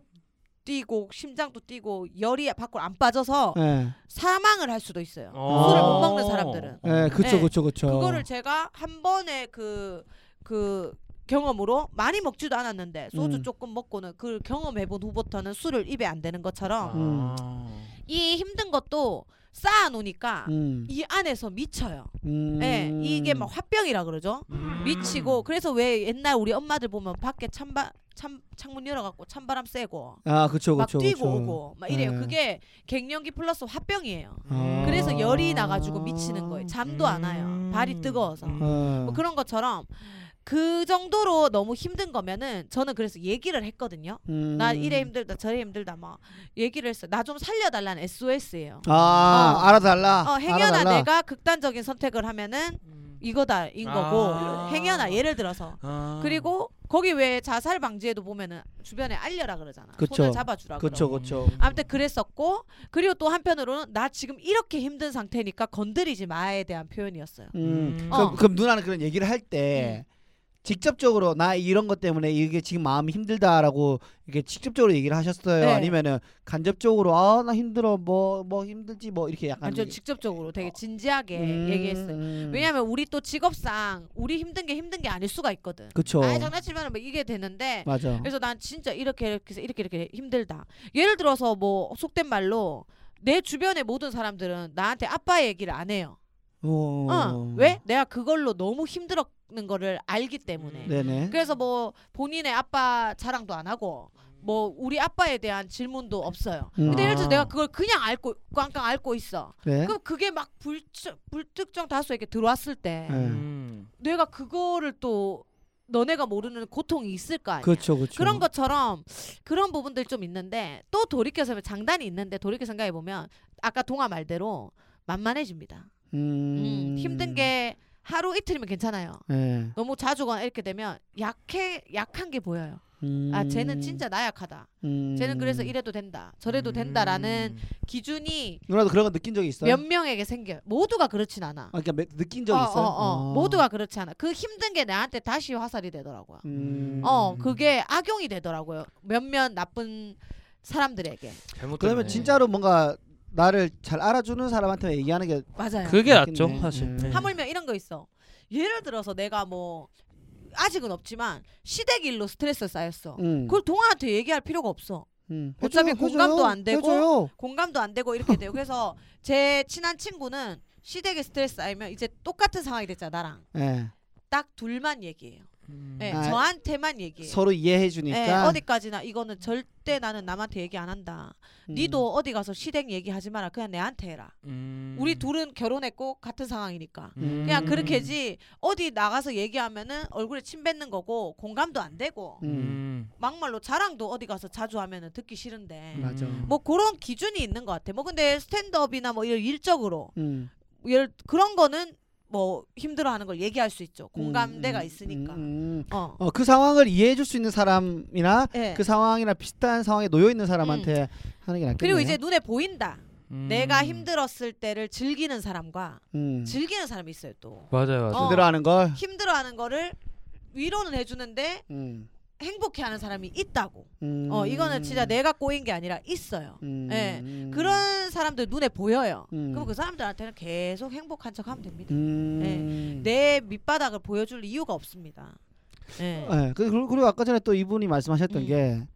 Speaker 1: 뛰고 심장도 뛰고 열이 밖으로 안 빠져서
Speaker 2: 예.
Speaker 1: 사망을 할 수도 있어요
Speaker 3: 어.
Speaker 1: 술을 못 먹는 사람들은.
Speaker 2: 예. 그쵸
Speaker 1: 예.
Speaker 2: 그쵸 그쵸
Speaker 1: 그거를 제가 한 번에 그 그 경험으로 많이 먹지도 않았는데 소주
Speaker 2: 음.
Speaker 1: 조금 먹고는 그 경험해본 후부터는 술을 입에 안 대는
Speaker 3: 아.
Speaker 1: 것처럼
Speaker 2: 음.
Speaker 1: 이 힘든 것도 쌓아놓으니까
Speaker 2: 음.
Speaker 1: 이 안에서 미쳐요.
Speaker 2: 음.
Speaker 1: 예, 이게 막 화병이라 그러죠.
Speaker 3: 음.
Speaker 1: 미치고 그래서 왜 옛날 우리 엄마들 보면 밖에 찬바 찬 창문 열어갖고 찬바람 쐬고
Speaker 2: 아, 그쵸,
Speaker 1: 막
Speaker 2: 그쵸.
Speaker 1: 뛰고
Speaker 2: 그쵸.
Speaker 1: 오고 막 이래요.
Speaker 2: 네.
Speaker 1: 그게 갱년기 플러스 화병이에요.
Speaker 2: 아. 음.
Speaker 1: 그래서 열이 나가지고 미치는 거예요. 잠도 안 와요. 발이 뜨거워서.
Speaker 2: 어.
Speaker 1: 뭐 그런 것처럼 그 정도로 너무 힘든 거면은 저는 그래서 얘기를 했거든요.
Speaker 2: 음.
Speaker 1: 나 이래 힘들다 저래 힘들다 막 얘기를 했어. 나 좀 살려달라는 SOS예요.
Speaker 2: 아,
Speaker 1: 어.
Speaker 2: 알아달라.
Speaker 1: 어, 행여나
Speaker 2: 알아달라.
Speaker 1: 내가 극단적인 선택을 하면은 이거다인 거고
Speaker 3: 아.
Speaker 1: 행여나 예를 들어서
Speaker 2: 아.
Speaker 1: 그리고 거기 왜 자살 방지에도 보면은 주변에 알려라 그러잖아.
Speaker 2: 그쵸.
Speaker 1: 손을 잡아주라.
Speaker 2: 그쵸,
Speaker 1: 그러고.
Speaker 2: 그쵸.
Speaker 1: 아무튼 그랬었고 그리고 또 한편으로는 나 지금 이렇게 힘든 상태니까 건드리지 마에 대한 표현이었어요.
Speaker 2: 음.
Speaker 3: 음.
Speaker 2: 그럼,
Speaker 1: 어. 음.
Speaker 2: 그럼 누나는 그런 얘기를 할 때 직접적으로 나 이런 것 때문에 이게 지금 마음이 힘들다라고 이렇게 직접적으로 얘기를 하셨어요?
Speaker 1: 네.
Speaker 2: 아니면은 간접적으로 아 나 힘들어 뭐 뭐 힘들지 뭐 이렇게 약간
Speaker 1: 완전 직접적으로 되게 진지하게
Speaker 2: 음,
Speaker 1: 얘기했어요.
Speaker 2: 음.
Speaker 1: 왜냐하면 우리 또 직업상 우리 힘든 게 힘든 게 아닐 수가 있거든.
Speaker 2: 그쵸
Speaker 1: 아예 장난치면 뭐 이게 되는데
Speaker 2: 어. 맞아
Speaker 1: 그래서 난 진짜 이렇게 이렇게 해서 이렇게 이렇게 힘들다. 예를 들어서 뭐 속된 말로 내 주변의 모든 사람들은 나한테 아빠 얘기를 안 해요.
Speaker 2: 오.
Speaker 1: 어. 왜? 내가 그걸로 너무 힘들었는 거를 알기 때문에.
Speaker 2: 네네
Speaker 1: 그래서 뭐 본인의 아빠 자랑도 안 하고 뭐 우리 아빠에 대한 질문도 없어요.
Speaker 2: 음.
Speaker 1: 근데 예를 들어
Speaker 3: 아.
Speaker 1: 내가 그걸 그냥 앓고 꽝꽝 앓고 있어.
Speaker 2: 네.
Speaker 1: 그럼 그게 막 불특, 불특정 다수에게 들어왔을 때
Speaker 2: 네.
Speaker 3: 음.
Speaker 1: 내가 그거를 또 너네가 모르는 고통이 있을 거 아니야.
Speaker 2: 그렇죠 그렇죠
Speaker 1: 그런 것처럼 그런 부분들 좀 있는데 또 돌이켜서 장단이 있는데 돌이켜 생각해 보면 아까 동아 말대로 만만해집니다. 음, 힘든 게 하루 이틀이면 괜찮아요.
Speaker 2: 네.
Speaker 1: 너무 자주거나 이렇게 되면 약해 약한 게 보여요.
Speaker 2: 음.
Speaker 1: 아 쟤는 진짜 나약하다.
Speaker 2: 음.
Speaker 1: 쟤는 그래서 이래도 된다, 저래도 된다라는
Speaker 3: 음.
Speaker 1: 기준이
Speaker 2: 누나도 그런 거 느낀 적 있어요?
Speaker 1: 몇 명에게 생겨. 요 모두가 그렇진 않아.
Speaker 2: 아, 그러니까 매- 느낀 적
Speaker 1: 어,
Speaker 2: 있어요?
Speaker 1: 어, 어.
Speaker 2: 아.
Speaker 1: 모두가 그렇지 않아. 그 힘든 게 나한테 다시 화살이 되더라고요.
Speaker 2: 음.
Speaker 1: 어 그게 악용이 되더라고요. 몇몇 나쁜 사람들에게
Speaker 3: 잘못
Speaker 2: 그러면 진짜로 뭔가 나를 잘 알아주는 사람한테 얘기하는 게
Speaker 1: 맞아요.
Speaker 3: 그게 낫죠
Speaker 2: 낫겠네.
Speaker 3: 사실.
Speaker 2: 음.
Speaker 3: 네.
Speaker 1: 하물며 이런 거 있어. 예를 들어서 내가 뭐 아직은 없지만 시댁일로 스트레스 쌓였어.
Speaker 2: 음.
Speaker 1: 그걸 동아한테 얘기할 필요가 없어.
Speaker 2: 음.
Speaker 1: 어차피
Speaker 2: 해줘요,
Speaker 1: 공감도
Speaker 2: 해줘요,
Speaker 1: 안 되고.
Speaker 2: 해줘요.
Speaker 1: 공감도 안 되고 이렇게 돼요. 그래서 제 친한 친구는 시댁에 스트레스 쌓이면 이제 똑같은 상황이 됐잖아 나랑
Speaker 2: 예.
Speaker 1: 딱 둘만 얘기해요.
Speaker 3: 음.
Speaker 1: 예,
Speaker 2: 아,
Speaker 1: 저한테만 얘기해요.
Speaker 2: 서로 이해해
Speaker 1: 예,
Speaker 2: 주니까
Speaker 1: 어디까지나 이거는 절대 나는 남한테 얘기 안 한다.
Speaker 2: 음.
Speaker 1: 니도 어디 가서 시댁 얘기하지 마라. 그냥 내한테 해라.
Speaker 3: 음.
Speaker 1: 우리 둘은 결혼했고 같은 상황이니까. 그냥 그렇게지 어디 나가서 얘기하면은 얼굴에 침 뱉는 거고 공감도 안 되고
Speaker 2: 음.
Speaker 1: 막말로 자랑도 어디 가서 자주 하면은 듣기 싫은데
Speaker 2: 음. 맞아.
Speaker 1: 뭐 그런 기준이 있는 것 같아. 뭐 근데 스탠드업이나 뭐 이런 일적으로
Speaker 2: 음.
Speaker 1: 예를 그런 거는 뭐 힘들어하는 걸 얘기할 수 있죠.
Speaker 2: 음,
Speaker 1: 공감대가
Speaker 2: 음,
Speaker 1: 있으니까.
Speaker 2: 음, 음.
Speaker 1: 어.
Speaker 2: 어, 그 상황을 이해해 줄 수 있는 사람이나
Speaker 1: 예.
Speaker 2: 그 상황이나 비슷한 상황에 놓여 있는 사람한테 하는 게 낫겠네요.
Speaker 1: 음. 그리고 이제 눈에 보인다.
Speaker 3: 음.
Speaker 1: 내가 힘들었을 때를 즐기는 사람과
Speaker 2: 음.
Speaker 1: 즐기는 사람이 있어요 또.
Speaker 3: 맞아요. 맞아요.
Speaker 1: 어.
Speaker 2: 제대로 하는 걸.
Speaker 1: 힘들어하는 거를 위로는 해주는데
Speaker 2: 음.
Speaker 1: 행복해하는 사람이 있다고.
Speaker 2: 음.
Speaker 1: 어 이거는 진짜 내가 꼬인 게 아니라 있어요.
Speaker 2: 음.
Speaker 1: 예. 그런 사람들 눈에 보여요.
Speaker 2: 음.
Speaker 1: 그럼 그 사람들한테는 계속 행복한 척 하면 됩니다.
Speaker 2: 음.
Speaker 1: 예. 내 밑바닥을 보여줄 이유가 없습니다. 예.
Speaker 2: 예, 그- 그리고, 그리고 아까 전에 또 이분이 말씀하셨던
Speaker 1: 음.
Speaker 2: 게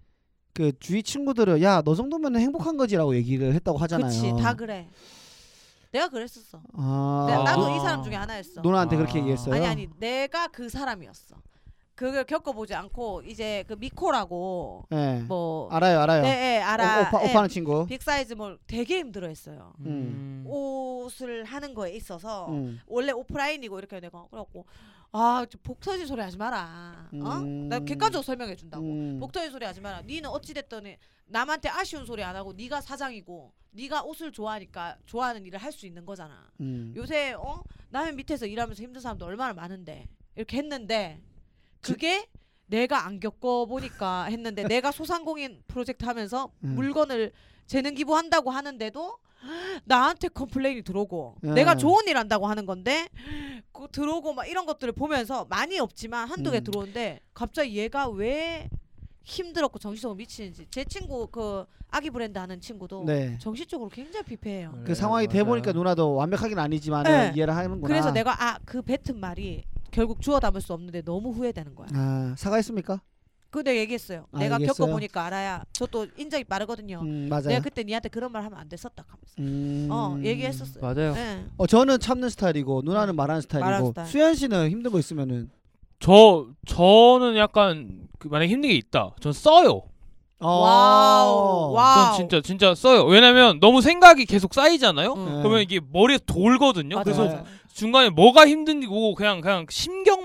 Speaker 2: 그 주위 친구들은 야 너 정도면 행복한 거지라고 얘기를 했다고 하잖아요.
Speaker 1: 그치 다 그래. 내가 그랬었어.
Speaker 2: 아,
Speaker 1: 내가, 나도
Speaker 3: 아.
Speaker 1: 이 사람 중에 하나였어.
Speaker 2: 누나한테
Speaker 3: 아.
Speaker 2: 그렇게 얘기했어요.
Speaker 1: 아니 아니 내가 그 사람이었어. 그걸 겪어보지 않고 이제 그 미코라고
Speaker 2: 예.
Speaker 1: 뭐
Speaker 2: 알아요, 알아요. 어,
Speaker 1: 예, 예, 알아.
Speaker 2: 오, 빠
Speaker 1: 예,
Speaker 2: 오빠는 친구.
Speaker 1: 빅사이즈 몰 되게 힘들어했어요.
Speaker 2: 음.
Speaker 1: 옷을 하는 거에 있어서
Speaker 2: 음.
Speaker 1: 원래 오프라인이고 이렇게 내가 그래갖고 아복 터진 소리 하지 마라. 어?
Speaker 2: 음.
Speaker 1: 나 객관적으로 설명해 준다고.
Speaker 2: 음.
Speaker 1: 뭐, 복 터진 소리 하지 마라. 니는 어찌 됐더니 남한테 아쉬운 소리 안 하고 니가 사장이고 니가 옷을 좋아하니까 좋아하는 일을 할 수 있는 거잖아.
Speaker 2: 음.
Speaker 1: 요새 어 남의 밑에서 일하면서 힘든 사람도 얼마나 많은데 이렇게 했는데 그게 내가 안 겪어 보니까 했는데 내가 소상공인 프로젝트 하면서
Speaker 2: 음.
Speaker 1: 물건을 재능 기부한다고 하는데도 나한테 컴플레인이 들어오고
Speaker 2: 음.
Speaker 1: 내가 좋은 일 한다고 하는 건데 그 들어오고 막 이런 것들을 보면서 많이 없지만 한두 개
Speaker 2: 음.
Speaker 1: 들어오는데 갑자기 얘가 왜 힘들었고 정신적으로 미치는지 제 친구 그 아기 브랜드 하는 친구도
Speaker 2: 네.
Speaker 1: 정신적으로 굉장히 피폐해요.
Speaker 3: 네,
Speaker 2: 그 상황이 돼 보니까 누나도 완벽하긴 아니지만
Speaker 1: 예.
Speaker 2: 이해를 하는구나.
Speaker 1: 그래서 내가 아 그 뱉은 말이 결국 주워 담을 수 없는데 너무 후회되는 거야.
Speaker 2: 아 사과했습니까?
Speaker 1: 어. 근데 얘기했어요.
Speaker 2: 아,
Speaker 1: 내가
Speaker 2: 얘기했어요?
Speaker 1: 겪어보니까 알아야. 저 또 인정이 빠르거든요.
Speaker 2: 음 맞아요.
Speaker 1: 내가 그때 니한테 그런 말 하면 안 됐었다 하면서.
Speaker 2: 음.
Speaker 1: 어 얘기했었어요.
Speaker 3: 맞아요.
Speaker 1: 예.
Speaker 2: 어 저는 참는 스타일이고 누나는 말하는 스타일이고
Speaker 1: 말하는 스타일.
Speaker 2: 수현 씨는 힘든 거 있으면은
Speaker 3: 저 저는 약간 그 만약에 힘든 게 있다. 전 써요.
Speaker 2: 어.
Speaker 1: 와우. 와우.
Speaker 3: 전 진짜 진짜 써요. 왜냐면 너무 생각이 계속 쌓이잖아요.
Speaker 1: 응.
Speaker 2: 네.
Speaker 3: 그러면 이게 머리에 돌거든요.
Speaker 1: 맞아,
Speaker 3: 그래서
Speaker 1: 맞아.
Speaker 3: 중간에 뭐가 힘든고 그냥 그냥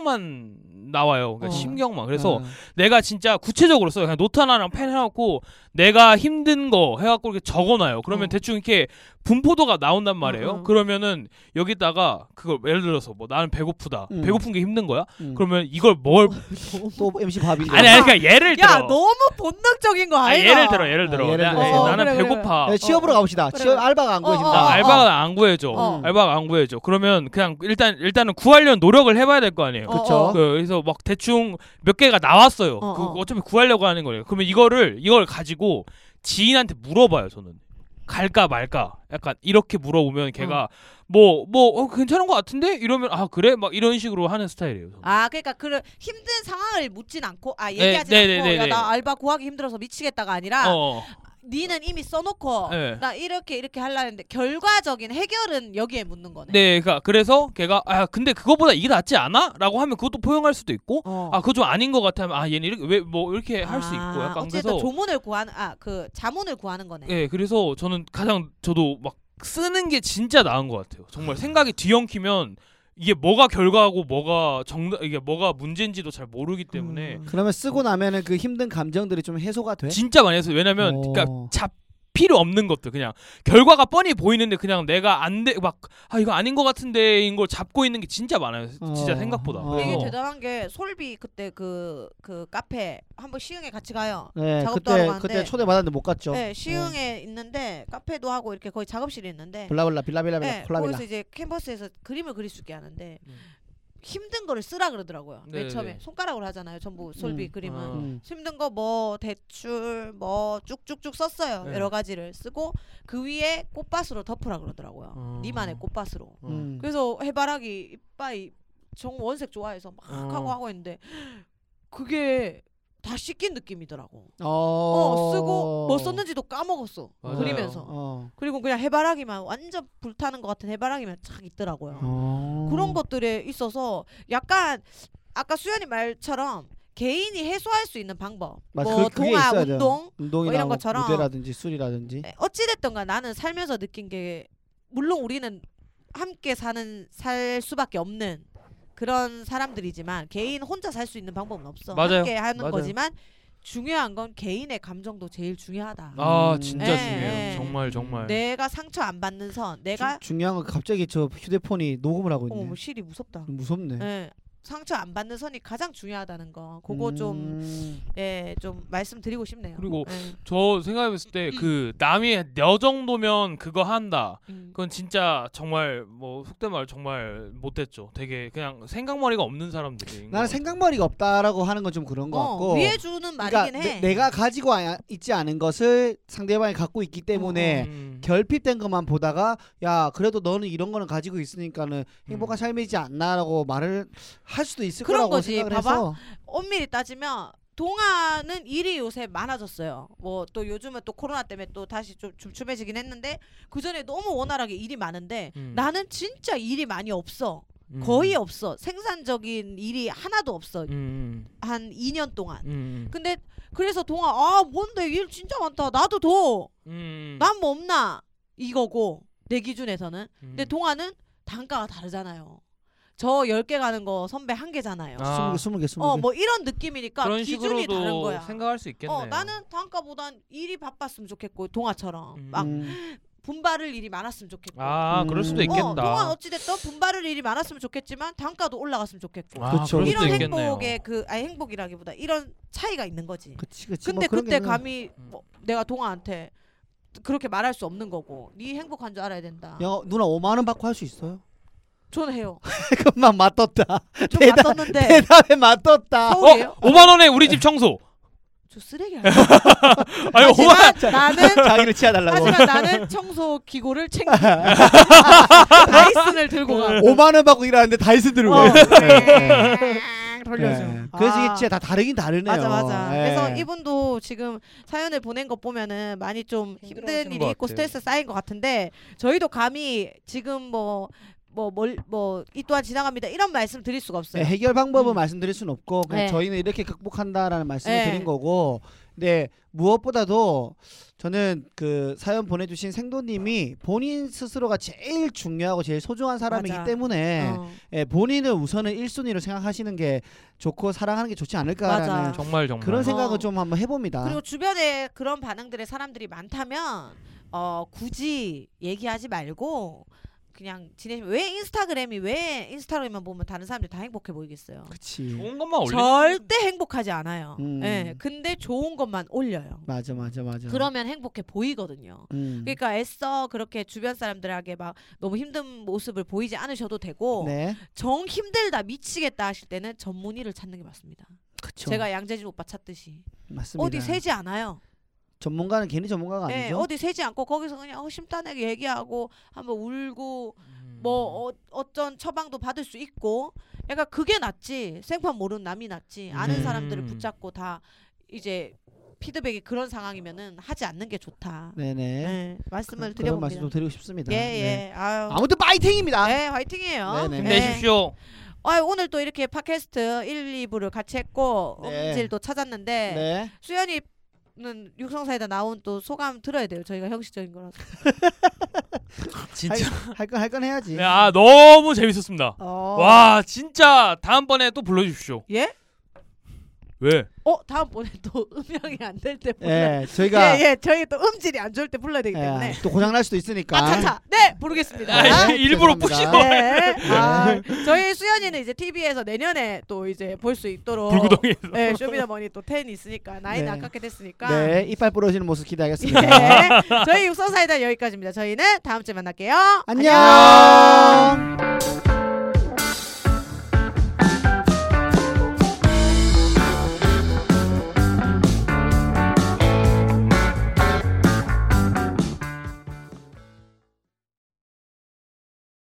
Speaker 3: 심경만 나와요. 그러니까
Speaker 1: 어.
Speaker 3: 심경만. 그래서
Speaker 2: 아.
Speaker 3: 내가 진짜 구체적으로 써요. 그냥 노트 하나랑 펜 해갖고 내가 힘든 거 해갖고 이렇게 적어놔요. 그러면
Speaker 1: 어.
Speaker 3: 대충 이렇게 분포도가 나온단 말이에요.
Speaker 1: 어, 어.
Speaker 3: 그러면은 여기다가 그걸 예를 들어서 뭐 나는 배고프다.
Speaker 2: 음.
Speaker 3: 배고픈 게 힘든 거야.
Speaker 2: 음.
Speaker 3: 그러면 이걸 뭘
Speaker 2: 또 MC 밥인데
Speaker 3: 아니 아니 그러니까 예를 들어.
Speaker 1: 야 너무 본능적인 거
Speaker 3: 아,
Speaker 1: 아이가?
Speaker 3: 예를 들어 예를 들어.
Speaker 2: 아, 예를
Speaker 3: 나-
Speaker 2: 들어.
Speaker 3: 예,
Speaker 2: 어,
Speaker 3: 나는
Speaker 1: 그래, 그래,
Speaker 3: 배고파.
Speaker 2: 네, 취업으로 갑시다.
Speaker 1: 어, 그래,
Speaker 2: 취업
Speaker 1: 그래.
Speaker 2: 알바가 안
Speaker 1: 어,
Speaker 2: 구해진다.
Speaker 1: 어,
Speaker 3: 나
Speaker 1: 어.
Speaker 3: 알바가 안 구해줘.
Speaker 1: 어.
Speaker 3: 알바가 안 구해줘. 그러면 그냥 일단 일단은 구하려면 노력을 해봐야 될 거 아니에요.
Speaker 1: 어,
Speaker 2: 그쵸.
Speaker 1: 어.
Speaker 3: 그- 그래서 막 대충 몇 개가 나왔어요.
Speaker 1: 어,
Speaker 3: 그
Speaker 1: 어.
Speaker 3: 어차피 구하려고 하는 거예요. 그러면 이거를 이걸 가지고 지인한테 물어봐요. 저는 갈까 말까. 약간 이렇게 물어보면 걔가 뭐 뭐 괜찮은 것 같은데 이러면 아 그래 막 이런 식으로 하는 스타일이에요. 저는.
Speaker 1: 아 그러니까 그 힘든 상황을 묻진 않고 아
Speaker 3: 네,
Speaker 1: 얘기하지
Speaker 3: 네,
Speaker 1: 않고
Speaker 3: 네, 네,
Speaker 1: 야 나
Speaker 3: 네.
Speaker 1: 알바 구하기 힘들어서 미치겠다가 아니라
Speaker 3: 어.
Speaker 1: 니는 이미 써놓고
Speaker 3: 네.
Speaker 1: 나 이렇게 이렇게 하려는데 결과적인 해결은 여기에 묻는 거네.
Speaker 3: 네, 그러니까 그래서 걔가 아 근데 그거보다 이게 낫지 않아?라고 하면 그것도 포용할 수도 있고
Speaker 1: 어.
Speaker 3: 아 그거 좀 아닌 것 같아 하면 아 얘는 이렇게 왜 뭐 이렇게 할 수 있고
Speaker 1: 아,
Speaker 3: 약간
Speaker 1: 어쨌든
Speaker 3: 그래서
Speaker 1: 조문을 구하는 아 그 자문을 구하는 거네.
Speaker 3: 예, 그래서 저는 가장 저도 막 쓰는 게 진짜 나은 것 같아요. 정말 생각이 뒤엉키면 이게 뭐가 결과고 뭐가 정답 이게 뭐가 문제인지도 잘 모르기 때문에
Speaker 1: 음.
Speaker 2: 그러면 쓰고 나면은 그 힘든 감정들이 좀 해소가 돼?
Speaker 3: 진짜 많이 했어요. 왜냐면
Speaker 2: 네? 어.
Speaker 3: 그러니까 잡 필요 없는 것들 그냥 결과가 뻔히 보이는데 그냥 내가 안 돼 막 아 이거 아닌 것 같은데인 걸 잡고 있는 게 진짜 많아요. 진짜
Speaker 2: 어.
Speaker 3: 생각보다.
Speaker 2: 어.
Speaker 1: 되게
Speaker 3: 그래서
Speaker 1: 대단한 게 솔비 그때 그 그 카페 한번 시흥에 같이 가요.
Speaker 2: 네,
Speaker 1: 작업도 하러
Speaker 2: 그때
Speaker 1: 가는데.
Speaker 2: 그때 초대 받았는데 못 갔죠. 음.
Speaker 1: 네, 시흥에 있는데 카페도 하고 이렇게 거의 작업실이 있는데
Speaker 2: 블라블라 빌라빌라빌라
Speaker 1: 네,
Speaker 2: 콜라빌라.
Speaker 1: 거기서 이제 캔버스에서 그림을 그릴 수 있게 하는데
Speaker 3: 음.
Speaker 1: 힘든 거를 쓰라 그러더라고요.
Speaker 3: 네네.
Speaker 1: 맨 처음에 손가락으로 하잖아요. 전부 솔비
Speaker 2: 음.
Speaker 1: 그림은
Speaker 3: 아.
Speaker 2: 음.
Speaker 1: 힘든 거 뭐 대출 뭐 쭉쭉쭉 썼어요.
Speaker 3: 네.
Speaker 1: 여러 가지를 쓰고 그 위에 꽃밭으로 덮으라 그러더라고요.
Speaker 3: 어.
Speaker 1: 니만의 꽃밭으로.
Speaker 2: 음.
Speaker 1: 그래서 해바라기 이빠이 정 원색 좋아해서 막
Speaker 3: 어.
Speaker 1: 하고 하고 있는데 그게 다 씻긴 느낌이더라고.
Speaker 2: 어.
Speaker 1: 어, 쓰고 뭐 썼는지도 까먹었어.
Speaker 3: 맞아요.
Speaker 1: 그리면서.
Speaker 2: 어.
Speaker 1: 그리고 그냥 해바라기만 완전 불타는 것 같은 해바라기만 착 있더라고요.
Speaker 2: 어.
Speaker 1: 그런 것들에 있어서 약간 아까 수연이 말처럼 개인이 해소할 수 있는 방법,
Speaker 2: 맞아,
Speaker 1: 뭐
Speaker 2: 그- 그게
Speaker 1: 동화,
Speaker 2: 있어야 돼요.
Speaker 1: 운동
Speaker 2: 운동이나
Speaker 1: 뭐 이런
Speaker 2: 뭐
Speaker 1: 것처럼.
Speaker 2: 무대라든지 술이라든지.
Speaker 1: 네, 어찌됐던가 나는 살면서 느낀 게 물론 우리는 함께 사는 살 수밖에 없는 그런 사람들이지만 개인 혼자 살 수 있는 방법은 없어.
Speaker 3: 맞아요.
Speaker 1: 함께 하는
Speaker 3: 맞아요.
Speaker 1: 거지만 중요한 건 개인의 감정도 제일 중요하다.
Speaker 3: 아
Speaker 2: 음.
Speaker 3: 진짜
Speaker 1: 네,
Speaker 3: 중요해요.
Speaker 1: 네.
Speaker 3: 정말 정말.
Speaker 1: 내가 상처 안 받는 선, 내가
Speaker 2: 주, 중요한 건 갑자기 저 휴대폰이 녹음을 하고 있네.
Speaker 1: 어머 뭐 실이 무섭다.
Speaker 2: 무섭네.
Speaker 1: 예, 상처 안 받는 선이 가장 중요하다는 거. 그거 좀
Speaker 2: 음.
Speaker 1: 예, 좀 말씀드리고 싶네요.
Speaker 3: 그리고
Speaker 1: 예.
Speaker 3: 저 생각해봤을 때 그 남이 너 정도면 그거 한다.
Speaker 1: 음.
Speaker 3: 그건 진짜 정말 뭐 속된 말 정말 못했죠. 되게 그냥 생각머리가 없는 사람들이.
Speaker 2: 나는 생각머리가 없다라고 하는 건 좀 그런 것
Speaker 1: 어,
Speaker 2: 같고.
Speaker 1: 위해 주는
Speaker 2: 그러니까
Speaker 1: 말이긴 해.
Speaker 2: 내, 내가 가지고 아- 있지 않은 것을 상대방이 갖고 있기 때문에
Speaker 3: 음.
Speaker 2: 결핍된 것만 보다가 야 그래도 너는 이런 거는 가지고 있으니까는 행복한 삶이지 않나라고 말을 할 수도 있을
Speaker 1: 그런
Speaker 2: 거라고
Speaker 1: 거지.
Speaker 2: 생각을
Speaker 1: 봐봐.
Speaker 2: 해서
Speaker 1: 엄밀히 따지면 동화는 일이 요새 많아졌어요. 뭐 또 요즘은 또 코로나 때문에 또 다시 좀 춤춤해지긴 했는데 그 전에 너무 원활하게 일이 많은데
Speaker 3: 음.
Speaker 1: 나는 진짜 일이 많이 없어.
Speaker 3: 음.
Speaker 1: 거의 없어. 생산적인 일이 하나도 없어.
Speaker 3: 음.
Speaker 1: 한 2년 동안.
Speaker 3: 음. 음.
Speaker 1: 근데 그래서 동화 아 뭔데 일 진짜 많다. 나도 더.
Speaker 3: 음.
Speaker 1: 난 뭐 없나 이거고 내 기준에서는
Speaker 3: 음.
Speaker 1: 근데 동화는 단가가 다르잖아요 저 10개 가는 거 선배 한 개잖아요
Speaker 2: 스무
Speaker 3: 아,
Speaker 2: 개 스무 개 스무
Speaker 1: 어
Speaker 2: 개
Speaker 1: 뭐 이런 느낌이니까
Speaker 3: 그런
Speaker 1: 기준이
Speaker 3: 식으로도
Speaker 1: 다른 거야
Speaker 3: 생각할 수 있겠네요.
Speaker 1: 어 나는 단가보단 일이 바빴으면 좋겠고 동화처럼
Speaker 3: 음.
Speaker 1: 막
Speaker 2: 음.
Speaker 1: 분발을 일이 많았으면 좋겠고
Speaker 3: 아 그럴 수도
Speaker 2: 음.
Speaker 3: 있겠다.
Speaker 1: 어 동화 어찌됐든 분발을 일이 많았으면 좋겠지만 단가도 올라갔으면 좋겠고
Speaker 3: 아,
Speaker 2: 그쵸.
Speaker 3: 그럴 수도
Speaker 1: 이런
Speaker 3: 있겠네요.
Speaker 1: 행복의 그 아니 행복이라기보다 이런 차이가 있는 거지
Speaker 2: 그치 그치
Speaker 1: 근데
Speaker 2: 뭐 그런
Speaker 1: 그때
Speaker 2: 게 있는-
Speaker 1: 감히
Speaker 3: 음.
Speaker 1: 뭐 내가 동아한테 그렇게 말할 수 없는 거고 네 행복한 줄 알아야 된다.
Speaker 2: 야 누나 5만 원 받고 할 수 있어요?
Speaker 1: 저는 해요.
Speaker 2: 그만 맞떴다
Speaker 1: 좀
Speaker 2: 대단-
Speaker 1: 맞았는데
Speaker 2: 대답에 맞떴다
Speaker 1: 서울이에요?
Speaker 3: 어 5만 원에 우리 집 청소.
Speaker 1: 저 쓰레기 아니야.
Speaker 3: 아니
Speaker 1: 하지만
Speaker 3: 오만
Speaker 1: 나는
Speaker 2: 자기를 치아달라고.
Speaker 1: 하지만 나는 청소 기구를 챙기 다이슨을 들고 가.
Speaker 2: 5만 원 받고 일하는데 다이슨 들고
Speaker 1: 어.
Speaker 2: 가요. 네.
Speaker 1: 돌려줘.
Speaker 2: 네. 그래서 이게
Speaker 1: 아.
Speaker 2: 진짜 다 다르긴 다르네요.
Speaker 1: 맞아 맞아.
Speaker 2: 네.
Speaker 1: 그래서 이분도 지금 사연을 보낸 거 보면은 많이 좀 힘든
Speaker 3: 힘들어하시는
Speaker 1: 일이
Speaker 3: 것
Speaker 1: 있고
Speaker 3: 같아요.
Speaker 1: 스트레스 쌓인 것 같은데 저희도 감히 지금 뭐, 뭐뭐뭘뭐이 또한 지나갑니다 이런 말씀 드릴 수가
Speaker 2: 네,
Speaker 1: 없어요.
Speaker 2: 해결 방법은
Speaker 1: 음.
Speaker 2: 말씀드릴 수는 없고 그냥
Speaker 1: 네.
Speaker 2: 저희는 이렇게 극복한다라는 말씀을
Speaker 1: 네.
Speaker 2: 드린 거고 근데 무엇보다도 저는 그 사연 보내주신 생도님이 본인 스스로가 제일 중요하고 제일 소중한 사람이기
Speaker 1: 맞아.
Speaker 2: 때문에
Speaker 1: 어.
Speaker 2: 예, 본인을 우선은 1순위로 생각하시는 게 좋고 사랑하는 게 좋지 않을까라는
Speaker 1: 맞아.
Speaker 3: 정말 정말
Speaker 2: 그런
Speaker 1: 어.
Speaker 2: 생각을 좀 한번 해봅니다.
Speaker 1: 그리고 주변에 그런 반응들의 사람들이 많다면 어 굳이 얘기하지 말고 그냥 지내시면 왜 인스타그램이 왜 인스타그램만 보면 다른 사람들이 다 행복해 보이겠어요.
Speaker 2: 그치.
Speaker 3: 좋은 것만 올리
Speaker 1: 절대 행복하지 않아요. 예.
Speaker 2: 음.
Speaker 1: 근데 좋은 것만 올려요.
Speaker 2: 맞아 맞아 맞아.
Speaker 1: 그러면 행복해 보이거든요.
Speaker 2: 음.
Speaker 1: 그러니까 애써 그렇게 주변 사람들에게 막 너무 힘든 모습을 보이지 않으셔도 되고
Speaker 2: 네.
Speaker 1: 정 힘들다 미치겠다 하실 때는 전문의를 찾는 게 맞습니다.
Speaker 2: 그쵸.
Speaker 1: 제가 양재진 오빠 찾듯이
Speaker 2: 맞습니다.
Speaker 1: 어디 세지 않아요.
Speaker 2: 전문가는 괜히 전문가가
Speaker 1: 예,
Speaker 2: 아니죠.
Speaker 1: 어디 세지 않고 거기서 그냥 어, 심탄하게 얘기하고 한번 울고 뭐
Speaker 2: 음.
Speaker 1: 어, 어쩐 처방도 받을 수 있고 약간 그게 낫지 생판 모르는 남이 낫지 아는
Speaker 2: 음.
Speaker 1: 사람들을 붙잡고 다 이제 피드백이 그런 상황이면은 하지 않는 게 좋다.
Speaker 2: 네네.
Speaker 1: 예, 말씀을
Speaker 2: 그런 말씀
Speaker 1: 드려봅니다.
Speaker 2: 좀 드리고 싶습니다.
Speaker 1: 예예.
Speaker 2: 네.
Speaker 1: 아유.
Speaker 2: 아무튼 파이팅입니다.
Speaker 1: 네, 화이팅이에요.
Speaker 2: 네네.
Speaker 1: 네.
Speaker 3: 힘내십시오.
Speaker 1: 아, 오늘 또 이렇게 팟캐스트 1, 2부를 같이 했고
Speaker 2: 네.
Speaker 1: 음질도 찾았는데
Speaker 2: 네.
Speaker 1: 수연이는 육성사에다 나온 또 소감 들어야 돼요. 저희가 형식적인 거라서. 네.
Speaker 3: 진짜.
Speaker 2: 할건 할 건 해야지.
Speaker 3: 네, 아 너무 재밌었습니다.
Speaker 1: 어.
Speaker 3: 와 진짜 다음번에 또 불러주십시오.
Speaker 1: 예?
Speaker 3: 왜?
Speaker 1: 어, 다음번에 또 음영이 안 될 때 불러요.
Speaker 2: 예, 저희가
Speaker 1: 예, 예. 저희 또 음질이 안 좋을 때 불러야 되기
Speaker 2: 예,
Speaker 1: 때문에.
Speaker 2: 또 고장 날 수도 있으니까.
Speaker 1: 아, 차차. 네,
Speaker 3: 아,
Speaker 1: 부르겠습니다.
Speaker 2: 네,
Speaker 3: 일부러
Speaker 2: 죄송합니다.
Speaker 3: 부시고
Speaker 1: 네. 아, 저희 수연이는 이제 TV에서 내년에 또 이제 볼 수 있도록
Speaker 3: 불구덩이에서.
Speaker 1: 네, 쇼미더머니 또 10 있으니까 나이는
Speaker 2: 네.
Speaker 1: 아깝게 됐으니까. 네.
Speaker 2: 네, 이빨 부러지는 모습 기대하겠습니다.
Speaker 1: 예. 저희 육성사이다 여기까지입니다. 저희는 다음 주에 만날게요.
Speaker 2: 안녕.